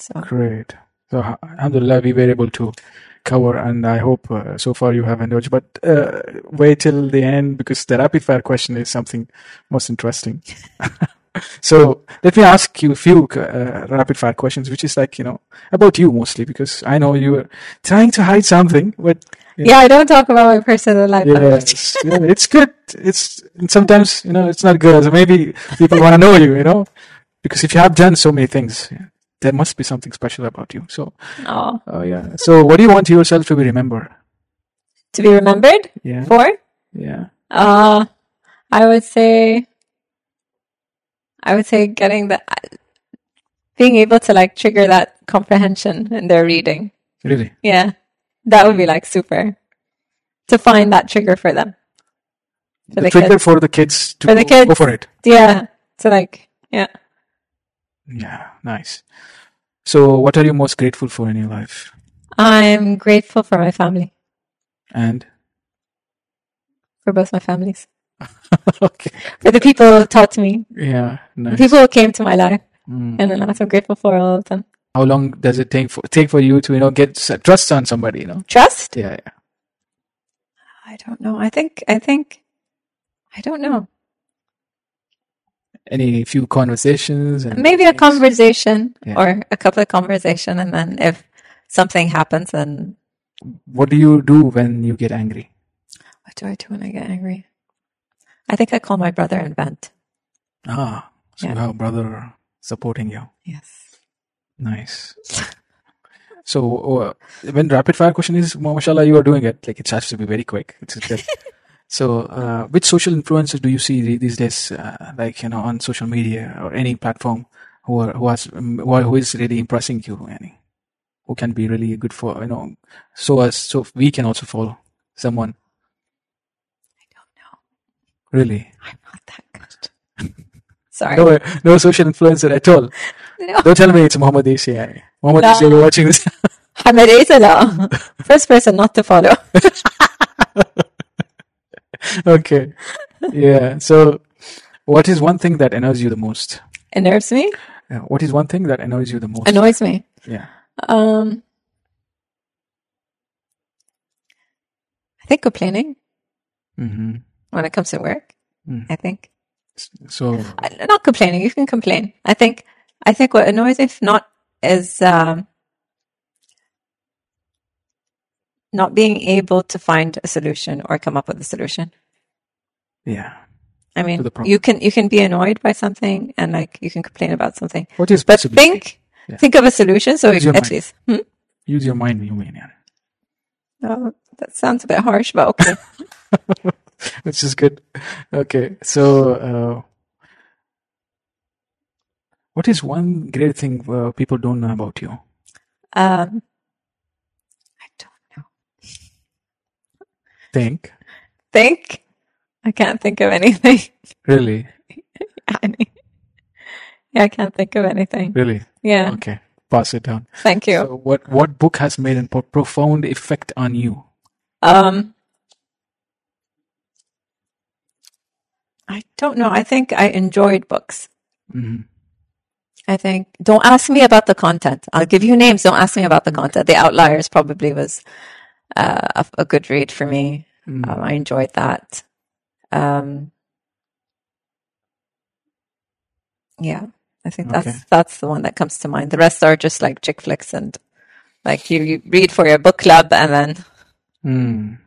Speaker 2: So
Speaker 1: Great. So ha- alhamdulillah, we were able to cover, and I hope uh, so far you have indulged. But uh, wait till the end because the rapid fire question is something most interesting. [laughs] so let me ask you a few uh, rapid fire questions, which is like you know about you mostly because I know you were trying to hide something, but
Speaker 2: yeah, I don't talk about my personal life. that much.
Speaker 1: Yes, yeah, it's good. It's and sometimes you know it's not good. So maybe people want to know you, you know, because if you have done so many things, yeah, there must be something special about you. So,
Speaker 2: Oh,
Speaker 1: oh yeah. So, what do you want yourself to be remembered?
Speaker 2: to be remembered
Speaker 1: Yeah,
Speaker 2: for?
Speaker 1: yeah.
Speaker 2: Uh, I would say, I would say getting the, being able to like trigger that comprehension in their reading.
Speaker 1: Really,
Speaker 2: Yeah, that would be like super to find that trigger for them. For
Speaker 1: the,
Speaker 2: the
Speaker 1: trigger
Speaker 2: kids.
Speaker 1: for the kids to
Speaker 2: For the
Speaker 1: go,
Speaker 2: kids.
Speaker 1: go for it.
Speaker 2: Yeah, to like, yeah.
Speaker 1: Yeah, nice. So, what are you most grateful for in your life?
Speaker 2: I'm grateful for my family, [laughs]
Speaker 1: And
Speaker 2: for both my families,
Speaker 1: okay,
Speaker 2: for the people who taught me,
Speaker 1: yeah,
Speaker 2: the
Speaker 1: nice.
Speaker 2: people who came to my life,
Speaker 1: Mm.
Speaker 2: and I'm so grateful for all of them.
Speaker 1: How long does it take for take for you to you know get s- trust on somebody? You know,
Speaker 2: Trust.
Speaker 1: yeah, yeah.
Speaker 2: I don't know. I think I think I don't know.
Speaker 1: Any few conversations and
Speaker 2: Maybe a
Speaker 1: things?
Speaker 2: conversation
Speaker 1: Yeah.
Speaker 2: or a couple of conversation and then if something happens then
Speaker 1: What do you do when you get angry?
Speaker 2: what do I do when I get angry? I think I call my brother and vent.
Speaker 1: Ah, so
Speaker 2: Yeah.
Speaker 1: you have a brother supporting you.
Speaker 2: Yes.
Speaker 1: Nice. So uh, when rapid fire question is, ma- mashallah, you are doing it. Like it has to be very quick. It's good. so uh, which social influencers do you see the- these days, uh, like you know, on social media or any platform, who are, who has um, who, are, who is really impressing you, any who can be really good for you know, so as so we can also follow someone
Speaker 2: No,
Speaker 1: really.
Speaker 2: I'm not that good.
Speaker 1: [laughs]
Speaker 2: Sorry.
Speaker 1: No, uh, no social influencer at all.
Speaker 2: [laughs] No.
Speaker 1: Don't tell me it's Muhammad Isi. Muhammad
Speaker 2: No.
Speaker 1: Isi, you're watching this.
Speaker 2: Hamid
Speaker 1: [laughs]
Speaker 2: Isa, no. First person not to follow.
Speaker 1: okay.
Speaker 2: [laughs]
Speaker 1: Yeah. So, what is one thing that annoys you the most?
Speaker 2: Unnerves me.
Speaker 1: Yeah. What is one thing that annoys you the most?
Speaker 2: Annoys me.
Speaker 1: Yeah.
Speaker 2: Um I think complaining
Speaker 1: hmm
Speaker 2: when it comes to work.
Speaker 1: Mm.
Speaker 2: I think.
Speaker 1: So,
Speaker 2: I- not complaining. You can complain. I think. I think what annoys, if not, is um, not being able to find a solution or come up with a solution.
Speaker 1: yeah.
Speaker 2: I
Speaker 1: To
Speaker 2: mean,
Speaker 1: the problem.
Speaker 2: you can you can be annoyed by something and like you can complain about something,
Speaker 1: What is
Speaker 2: but
Speaker 1: possibility?
Speaker 2: think
Speaker 1: Yeah.
Speaker 2: think of a solution. So
Speaker 1: Use
Speaker 2: at
Speaker 1: your mind.
Speaker 2: least hmm?
Speaker 1: Use your mind, you mean? Yeah.
Speaker 2: No, that sounds a bit harsh, but
Speaker 1: [laughs]
Speaker 2: okay.
Speaker 1: Which is good. Okay. So, uh, what is one great thing uh, people don't know about you?
Speaker 2: um, I don't know.
Speaker 1: Think.
Speaker 2: [laughs] Think. I can't think of anything.
Speaker 1: Really?
Speaker 2: I mean, Yeah, I can't think of anything.
Speaker 1: Really?
Speaker 2: Yeah.
Speaker 1: Okay. Pass it down.
Speaker 2: Thank you.
Speaker 1: So what what book has made a po- profound effect on you?
Speaker 2: Um, I don't know. I think I enjoyed books.
Speaker 1: Mhm.
Speaker 2: I think don't ask me about the content. I'll give you names. Don't ask me about the content. The Outliers probably was uh, a, a good read for me.
Speaker 1: Mm.
Speaker 2: Um, I enjoyed that. Um, yeah, I think that's
Speaker 1: Okay.
Speaker 2: that's the one that comes to mind. The rest are just like chick flicks and like you, you read for your book club and then
Speaker 1: Mm.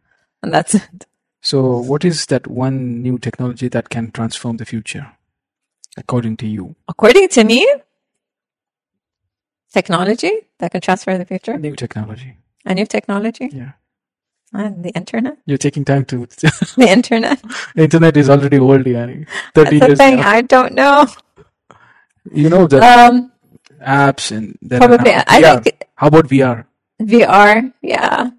Speaker 2: and that's it.
Speaker 1: So what is that one new technology that can transform the future according to you?
Speaker 2: According to me, technology that can transfer the future,
Speaker 1: New technology.
Speaker 2: a new technology,
Speaker 1: Yeah.
Speaker 2: and the internet. [laughs]
Speaker 1: You're taking time to [laughs]
Speaker 2: The internet.
Speaker 1: internet is already old, yani. 30
Speaker 2: That's the
Speaker 1: years.
Speaker 2: thing.
Speaker 1: now.
Speaker 2: I don't know.
Speaker 1: You know the
Speaker 2: Um,
Speaker 1: apps and then
Speaker 2: probably.
Speaker 1: how,
Speaker 2: I
Speaker 1: VR.
Speaker 2: think
Speaker 1: how about VR?
Speaker 2: VR, yeah.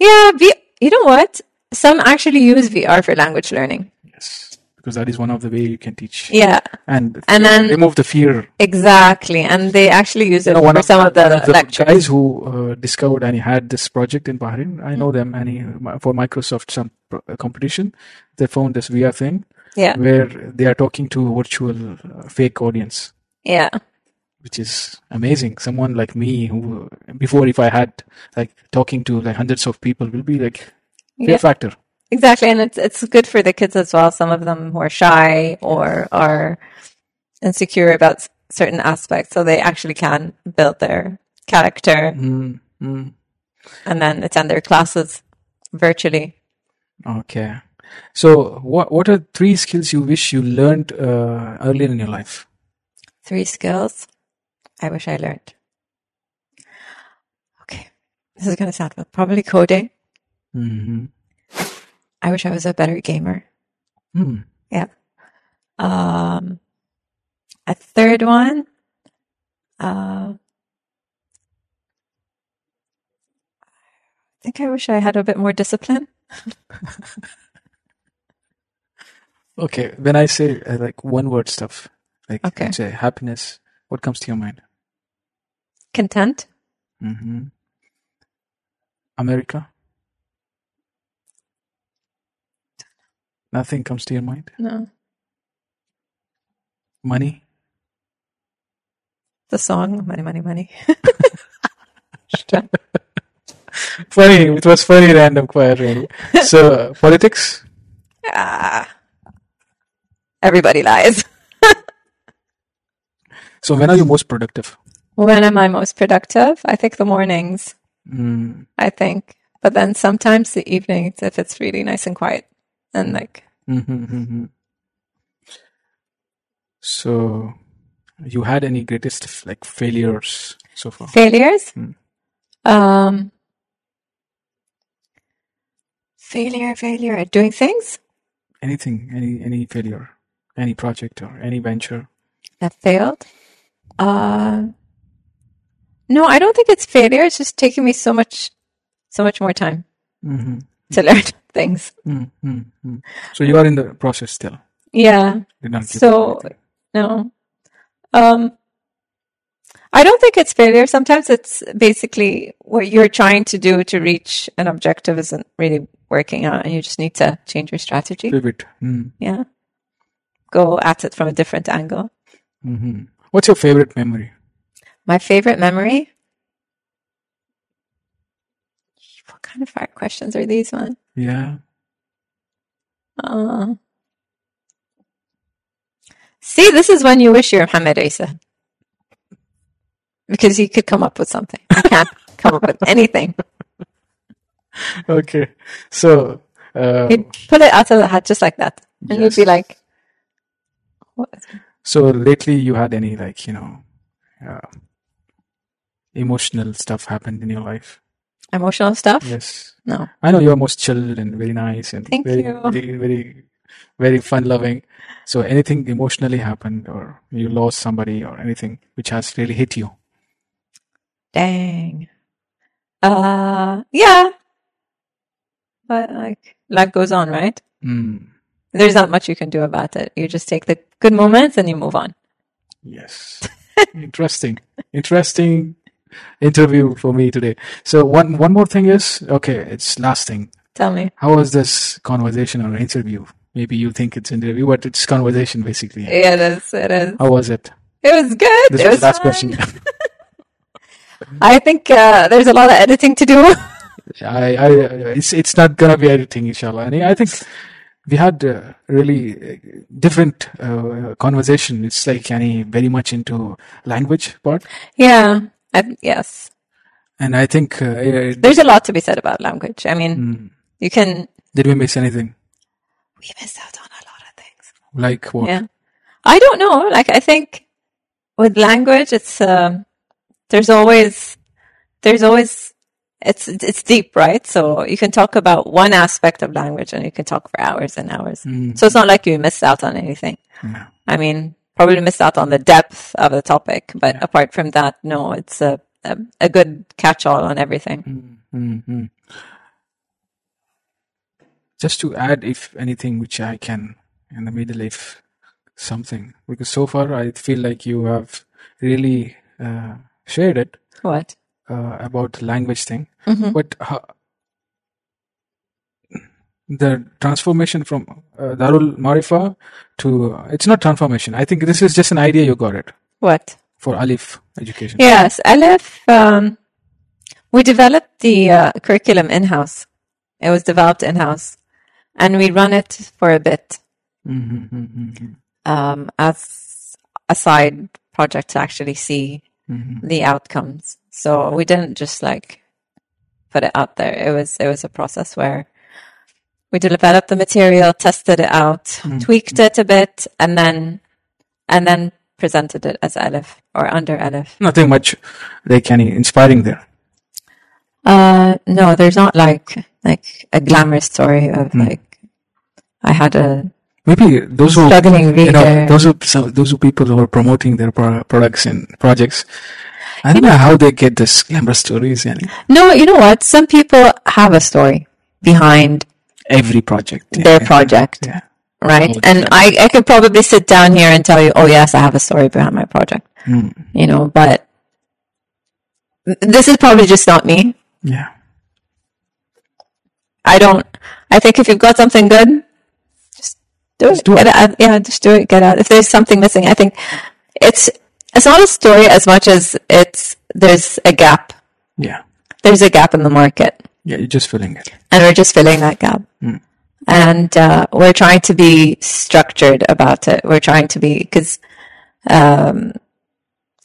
Speaker 2: Yeah, v- you know what? Some actually use VR for language learning.
Speaker 1: Yes. Because that is one of the way you can teach
Speaker 2: Yeah,
Speaker 1: and
Speaker 2: And then-
Speaker 1: remove the fear.
Speaker 2: exactly. And they actually use it
Speaker 1: You know, one
Speaker 2: for
Speaker 1: of
Speaker 2: some of
Speaker 1: one
Speaker 2: the
Speaker 1: of the
Speaker 2: lectures.
Speaker 1: guys who uh, discovered and he had this project in Bahrain. I know them, and he, for Microsoft some pro- uh, competition, they found this VR thing
Speaker 2: Yeah,
Speaker 1: where they are talking to a virtual uh, fake audience,
Speaker 2: yeah,
Speaker 1: which is amazing. Someone like me who before, if I had like talking to like hundreds of people, will be like fear
Speaker 2: yeah,
Speaker 1: factor.
Speaker 2: exactly. And it's it's good for the kids as well. Some of them who are shy or are insecure about s- certain aspects, so they actually can build their character
Speaker 1: Mm, mm.
Speaker 2: and then attend their classes virtually.
Speaker 1: Okay. So, what what are three skills you wish you learned uh, earlier in your life?
Speaker 2: Three skills I wish I learned. Okay, this is going to sound probably coding.
Speaker 1: Mm-hmm.
Speaker 2: I wish I was a better gamer.
Speaker 1: Hmm.
Speaker 2: Yeah. Um, a third one. Uh, I think I wish I had a bit more discipline.
Speaker 1: Okay, when I say uh, like one word stuff, like
Speaker 2: Okay.
Speaker 1: let's say happiness, what comes to your mind?
Speaker 2: Content.
Speaker 1: hmm America? Nothing comes to your mind?
Speaker 2: No.
Speaker 1: Money?
Speaker 2: The song "Money, Money, Money." [laughs]
Speaker 1: Funny, it was funny random query. [laughs] so, uh, politics?
Speaker 2: ah, everybody lies.
Speaker 1: So, when are you most productive?
Speaker 2: When am I most productive? I think the mornings.
Speaker 1: Mm,
Speaker 2: I think, but then sometimes the evenings if it's really nice and quiet and like
Speaker 1: mhm, mhm. So, you had any greatest like failures so far?
Speaker 2: failures.
Speaker 1: Hmm.
Speaker 2: Um, failure, failure at doing things
Speaker 1: Anything, any any failure, any project or any venture?
Speaker 2: that failed. Uh, no, I don't think it's failure. It's just taking me so much, so much more time
Speaker 1: hmm
Speaker 2: to [laughs] learn things.
Speaker 1: mm mm mm. So, you are in the process still.
Speaker 2: Yeah.
Speaker 1: Did not give up
Speaker 2: So
Speaker 1: anything.
Speaker 2: no, um, I don't think it's failure. Sometimes it's basically what you're trying to do to reach an objective isn't really working out, and you just need to change your strategy.
Speaker 1: pivot. Mm.
Speaker 2: Yeah. Go at it from a different angle.
Speaker 1: hmm What's your favorite memory?
Speaker 2: My favorite memory. What kind of hard questions are these, man?
Speaker 1: Yeah.
Speaker 2: Uh, see, this is when you wish you were Mohammed Isa because he could come up with something. I can't come up with anything.
Speaker 1: Okay. So, uh,
Speaker 2: He'd pull it out of the hat just like that. And you'd be
Speaker 1: Yes.
Speaker 2: like, what?
Speaker 1: so lately you had any like you know uh, emotional stuff happened in your life?
Speaker 2: emotional stuff?
Speaker 1: Yes.
Speaker 2: No.
Speaker 1: I know you're most chilled and very nice and
Speaker 2: Thank
Speaker 1: very
Speaker 2: you.
Speaker 1: very very, very fun loving. So anything emotionally happened or you lost somebody or anything which has really hit you?
Speaker 2: Dang. Uh, yeah. But like, life goes on, right?
Speaker 1: Mm.
Speaker 2: There's not much you can do about it. You just take the good moments and you move on.
Speaker 1: Yes. [laughs] Interesting. Interesting interview for me today. So one one more thing is okay, it's last thing.
Speaker 2: Tell me.
Speaker 1: How was this conversation or interview? Maybe you think it's interview, but it's conversation basically.
Speaker 2: Yeah, it is. It is.
Speaker 1: How was it?
Speaker 2: It was good.
Speaker 1: This
Speaker 2: it
Speaker 1: was
Speaker 2: was
Speaker 1: the last
Speaker 2: fun.
Speaker 1: question. [laughs]
Speaker 2: I think uh, there's a lot of editing to do. [laughs]
Speaker 1: I, I, it's it's not gonna be editing, inshallah. And I think we had uh, really uh, different uh, conversation. It's like any very much into language part,
Speaker 2: yeah. I, yes.
Speaker 1: and I think uh, uh,
Speaker 2: There's a lot to be said about language. I
Speaker 1: Mm.
Speaker 2: mean, you can.
Speaker 1: did we miss anything?
Speaker 2: We miss out on a lot of things.
Speaker 1: Like what?
Speaker 2: Yeah. [laughs] I don't know. Like, I think with language, it's, um, there's always, there's always, it's, it's deep, right? So you can talk about one aspect of language and you can talk for hours and hours. So it's not like you miss out on anything. I mean, probably missed out on the depth of the topic, but apart from that, no, it's a, a, a good catch all on everything.
Speaker 1: Mm-hmm. Just to add, if anything, which I can in the middle, if something, because so far I feel like you have really uh, shared it.
Speaker 2: What?
Speaker 1: uh, about the language thing, but ho- the transformation from uh, Darul Marifa to uh, it's not transformation. I think this is just an idea you got it
Speaker 2: What?
Speaker 1: for Alif education.
Speaker 2: Yes, Aleph, um, we developed the uh, curriculum in house. It was developed in house, and we run it for a bit um, as a side project to actually see the outcomes. So we didn't just like put it out there. It was it was a process where we developed the material, tested it out, tweaked it a bit, and then and then presented it as Aleph or under Aleph.
Speaker 1: Nothing much like any inspiring there.
Speaker 2: Uh, no, there's not like like a glamorous story of like I had a
Speaker 1: Maybe those who
Speaker 2: struggling reader.
Speaker 1: you know those who so those who people who are promoting their pro- products and projects. I don't know how they get this glamorous stories. Yani.
Speaker 2: no, you know what? Some people have a story behind
Speaker 1: Every project. yeah,
Speaker 2: their
Speaker 1: yeah,
Speaker 2: project,
Speaker 1: Yeah.
Speaker 2: right?
Speaker 1: Oh,
Speaker 2: And I I could probably sit down here and tell you, oh yes, I have a story behind my project, you know. But this is probably just not me.
Speaker 1: Yeah.
Speaker 2: I don't. I think if you've got something good, just do it.
Speaker 1: do
Speaker 2: get out. Yeah, just do it. Get out. If there's something missing, I think it's it's not a story as much as it's there's a gap.
Speaker 1: Yeah.
Speaker 2: There's a gap in the market,
Speaker 1: Yeah. You're just filling it.
Speaker 2: and we're just filling that gap. And uh, we're trying to be structured about it. We're trying to be because, um,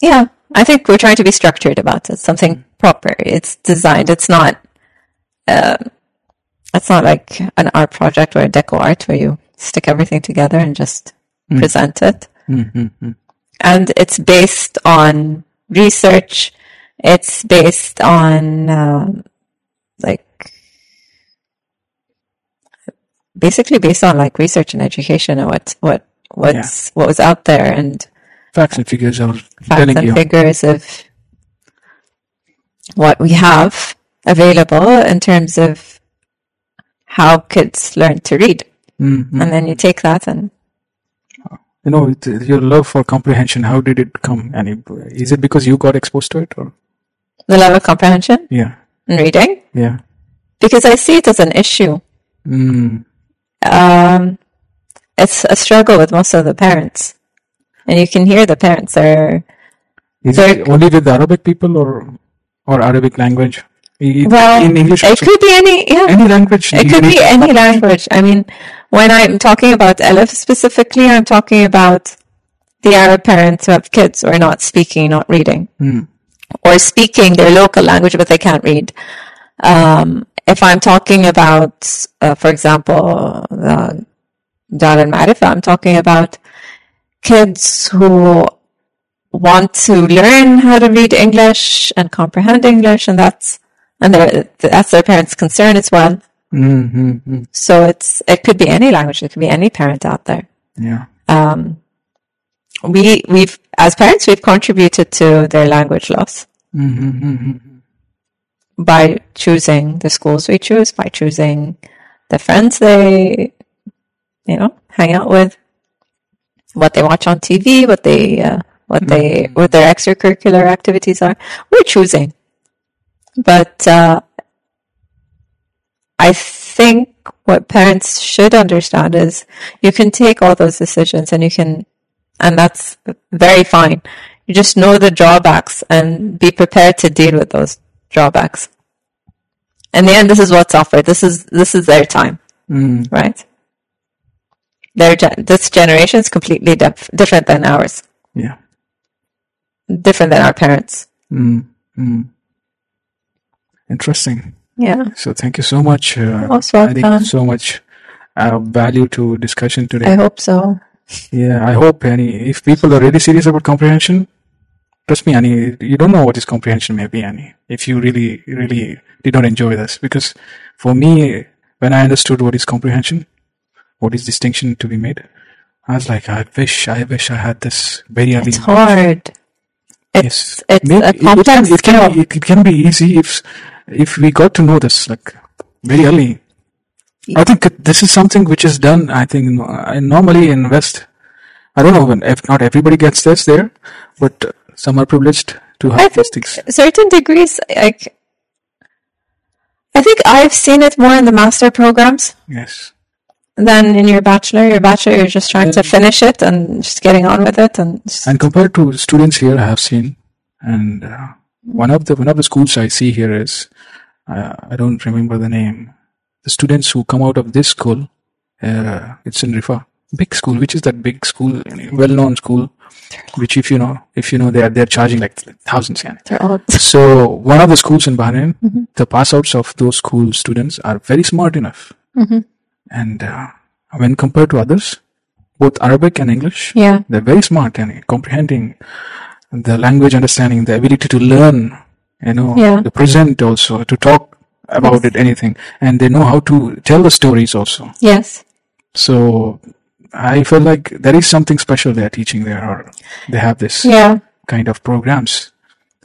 Speaker 2: yeah, I think we're trying to be structured about it. Something proper. It's designed. It's not. um, it's not like an art project or a deco art where you stick everything together and just present it. And it's based on research. It's based on um, like basically based on like research and education and what what what's what was out there and
Speaker 1: Facts and figures are
Speaker 2: facts
Speaker 1: telling
Speaker 2: and
Speaker 1: you.
Speaker 2: figures of what we have available in terms of how kids learn to read.
Speaker 1: Mm-hmm.
Speaker 2: And then you take that and
Speaker 1: you know it, your love for comprehension how did it come and it, is it because you got exposed to it or
Speaker 2: the level of comprehension
Speaker 1: yeah
Speaker 2: in reading
Speaker 1: yeah
Speaker 2: because I see it as an issue.
Speaker 1: Mm.
Speaker 2: Um, it's a struggle with most of the parents. And you can hear the parents are,
Speaker 1: is it
Speaker 2: There-
Speaker 1: only with arabic people or or arabic language I-
Speaker 2: well,
Speaker 1: in english
Speaker 2: it
Speaker 1: also,
Speaker 2: could be any, yeah.
Speaker 1: any language
Speaker 2: It
Speaker 1: you
Speaker 2: could
Speaker 1: need-
Speaker 2: be any language. I mean, when I'm talking about Elif specifically, I'm talking about the Arab parents who have kids who are not speaking, not reading,
Speaker 1: Hmm.
Speaker 2: or speaking their local language but they can't read. Um, if I'm talking about, uh, for example, the Dar al Marifa, I'm talking about kids who want to learn how to read English and comprehend English, and that's and their- that's their parents' concern as well. So it's it could be any language. It could be any parent out there.
Speaker 1: yeah
Speaker 2: We we've as parents we've contributed to their language loss by choosing the schools we choose, by choosing the friends they you know hang out with, what they watch on TV, what they uh, what they what their extracurricular activities are. We're choosing, but uh, I think what parents should understand is you can take all those decisions and you can, and that's very fine. You just know the drawbacks and be prepared to deal with those drawbacks. In the end, this is what's offered. This is this is their time,
Speaker 1: mm,
Speaker 2: right? Their gen- this generation is completely dif- different than ours,
Speaker 1: Yeah.
Speaker 2: different than our parents.
Speaker 1: Mm, Interesting.
Speaker 2: Yeah,
Speaker 1: So thank you so much. Uh,
Speaker 2: Most welcome.
Speaker 1: adding so much uh, value to discussion today.
Speaker 2: I hope so.
Speaker 1: Yeah, I hope any if people are really serious about comprehension, trust me, Annie, you don't know what is comprehension may be, Annie. If you really, really did not enjoy this, because for me, when I understood what is comprehension, what is distinction to be made, I was like, I wish, I wish I had this very early.
Speaker 2: It's hard. It's
Speaker 1: Yes,
Speaker 2: it's
Speaker 1: Maybe-
Speaker 2: a
Speaker 1: it- it can,
Speaker 2: complex
Speaker 1: it can,
Speaker 2: skill.
Speaker 1: it, it can be easy if if we got to know this like very early. I think this is something which is done. I think in- I normally in West. I don't know when, if not everybody gets this there, but uh, some are privileged to
Speaker 2: I
Speaker 1: have these
Speaker 2: think
Speaker 1: things.
Speaker 2: certain degrees, like I think I've seen it more in the master programs
Speaker 1: Yes,
Speaker 2: than in your bachelor. Your bachelor, you're just trying to finish it and just getting on with it, and just-
Speaker 1: and compared to students here, I have seen, and uh, one of the one of the schools I see here is uh, I don't remember the name. The students who come out of this school, uh, it's in Rifa, big school, which is that big school, well-known school, which if you know, if you know, they are they're charging like thousands. Yeah.
Speaker 2: they're all
Speaker 1: So one of the schools in Bahrain,
Speaker 2: Mm-hmm.
Speaker 1: the pass outs of those school students are very smart enough,
Speaker 2: Mm-hmm.
Speaker 1: and uh, when compared to others, both Arabic and English,
Speaker 2: Yeah.
Speaker 1: they're very smart and comprehending the language, understanding the ability to learn, you know,
Speaker 2: Yeah.
Speaker 1: to present also, to talk about it, anything, and they know how to tell the stories also.
Speaker 2: [laughs] yes.
Speaker 1: So I feel like there is something special they are teaching there, or they have this
Speaker 2: Yeah,
Speaker 1: kind of programs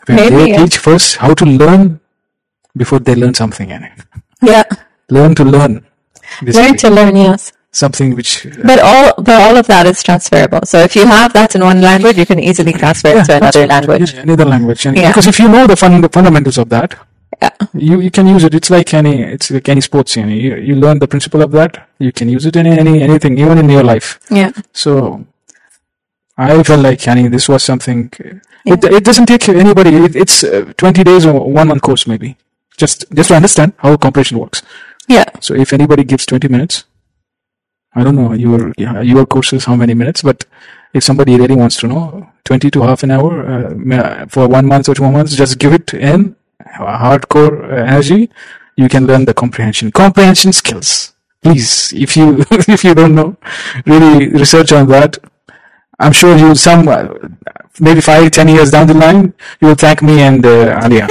Speaker 1: where
Speaker 2: Maybe,
Speaker 1: they
Speaker 2: yeah.
Speaker 1: teach first how to learn before they learn something in it.
Speaker 2: yeah.
Speaker 1: Learn to learn.
Speaker 2: Learn
Speaker 1: Basically,
Speaker 2: to learn, yes.
Speaker 1: something
Speaker 2: [laughs]
Speaker 1: which uh,
Speaker 2: But all, but all of that is transferable. So if you have that in one language, you can easily transfer it to
Speaker 1: [laughs]
Speaker 2: another language.
Speaker 1: yeah, another language, and
Speaker 2: Yeah.
Speaker 1: because if you know the, fun, the fundamentals of that,
Speaker 2: Yeah.
Speaker 1: you, you can use it. It's like any it's like any sports. You, know, you you learn the principle of that. You can use it in any anything, even in your life.
Speaker 2: Yeah.
Speaker 1: So I felt like, honey, this was something. It, it doesn't take anybody. It, it's uh, twenty days or one month course maybe. Just just to understand how compression works.
Speaker 2: Yeah.
Speaker 1: So if anybody gives 20 minutes, I don't know your yeah, your course is how many minutes, but if somebody really wants to know, 20 to half an hour uh, ma- for one month or two months, just give it in hardcore uh, energy. You can learn the comprehension, comprehension skills. Please, if you [laughs] if you don't know, really research on that. I'm sure you some uh, maybe five ten years down the line, you will thank me and uh, Alia.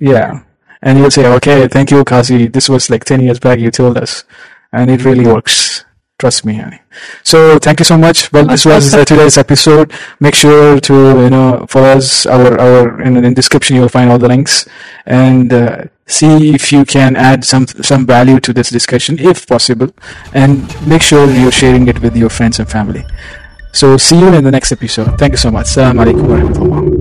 Speaker 1: Yeah. And you'll say, okay, thank you, Kazi. This was like 10 years back. You told us. And it really works. Trust me, honey. So thank you so much. Well, this was uh, today's episode. Make sure to, you know, follow us. Our, our, in the description, you'll find all the links and uh, see if you can add some, some value to this discussion if possible. And make sure you're sharing it with your friends and family. So see you in the next episode. Thank you so much. Assalamu alaikum warahmatullah.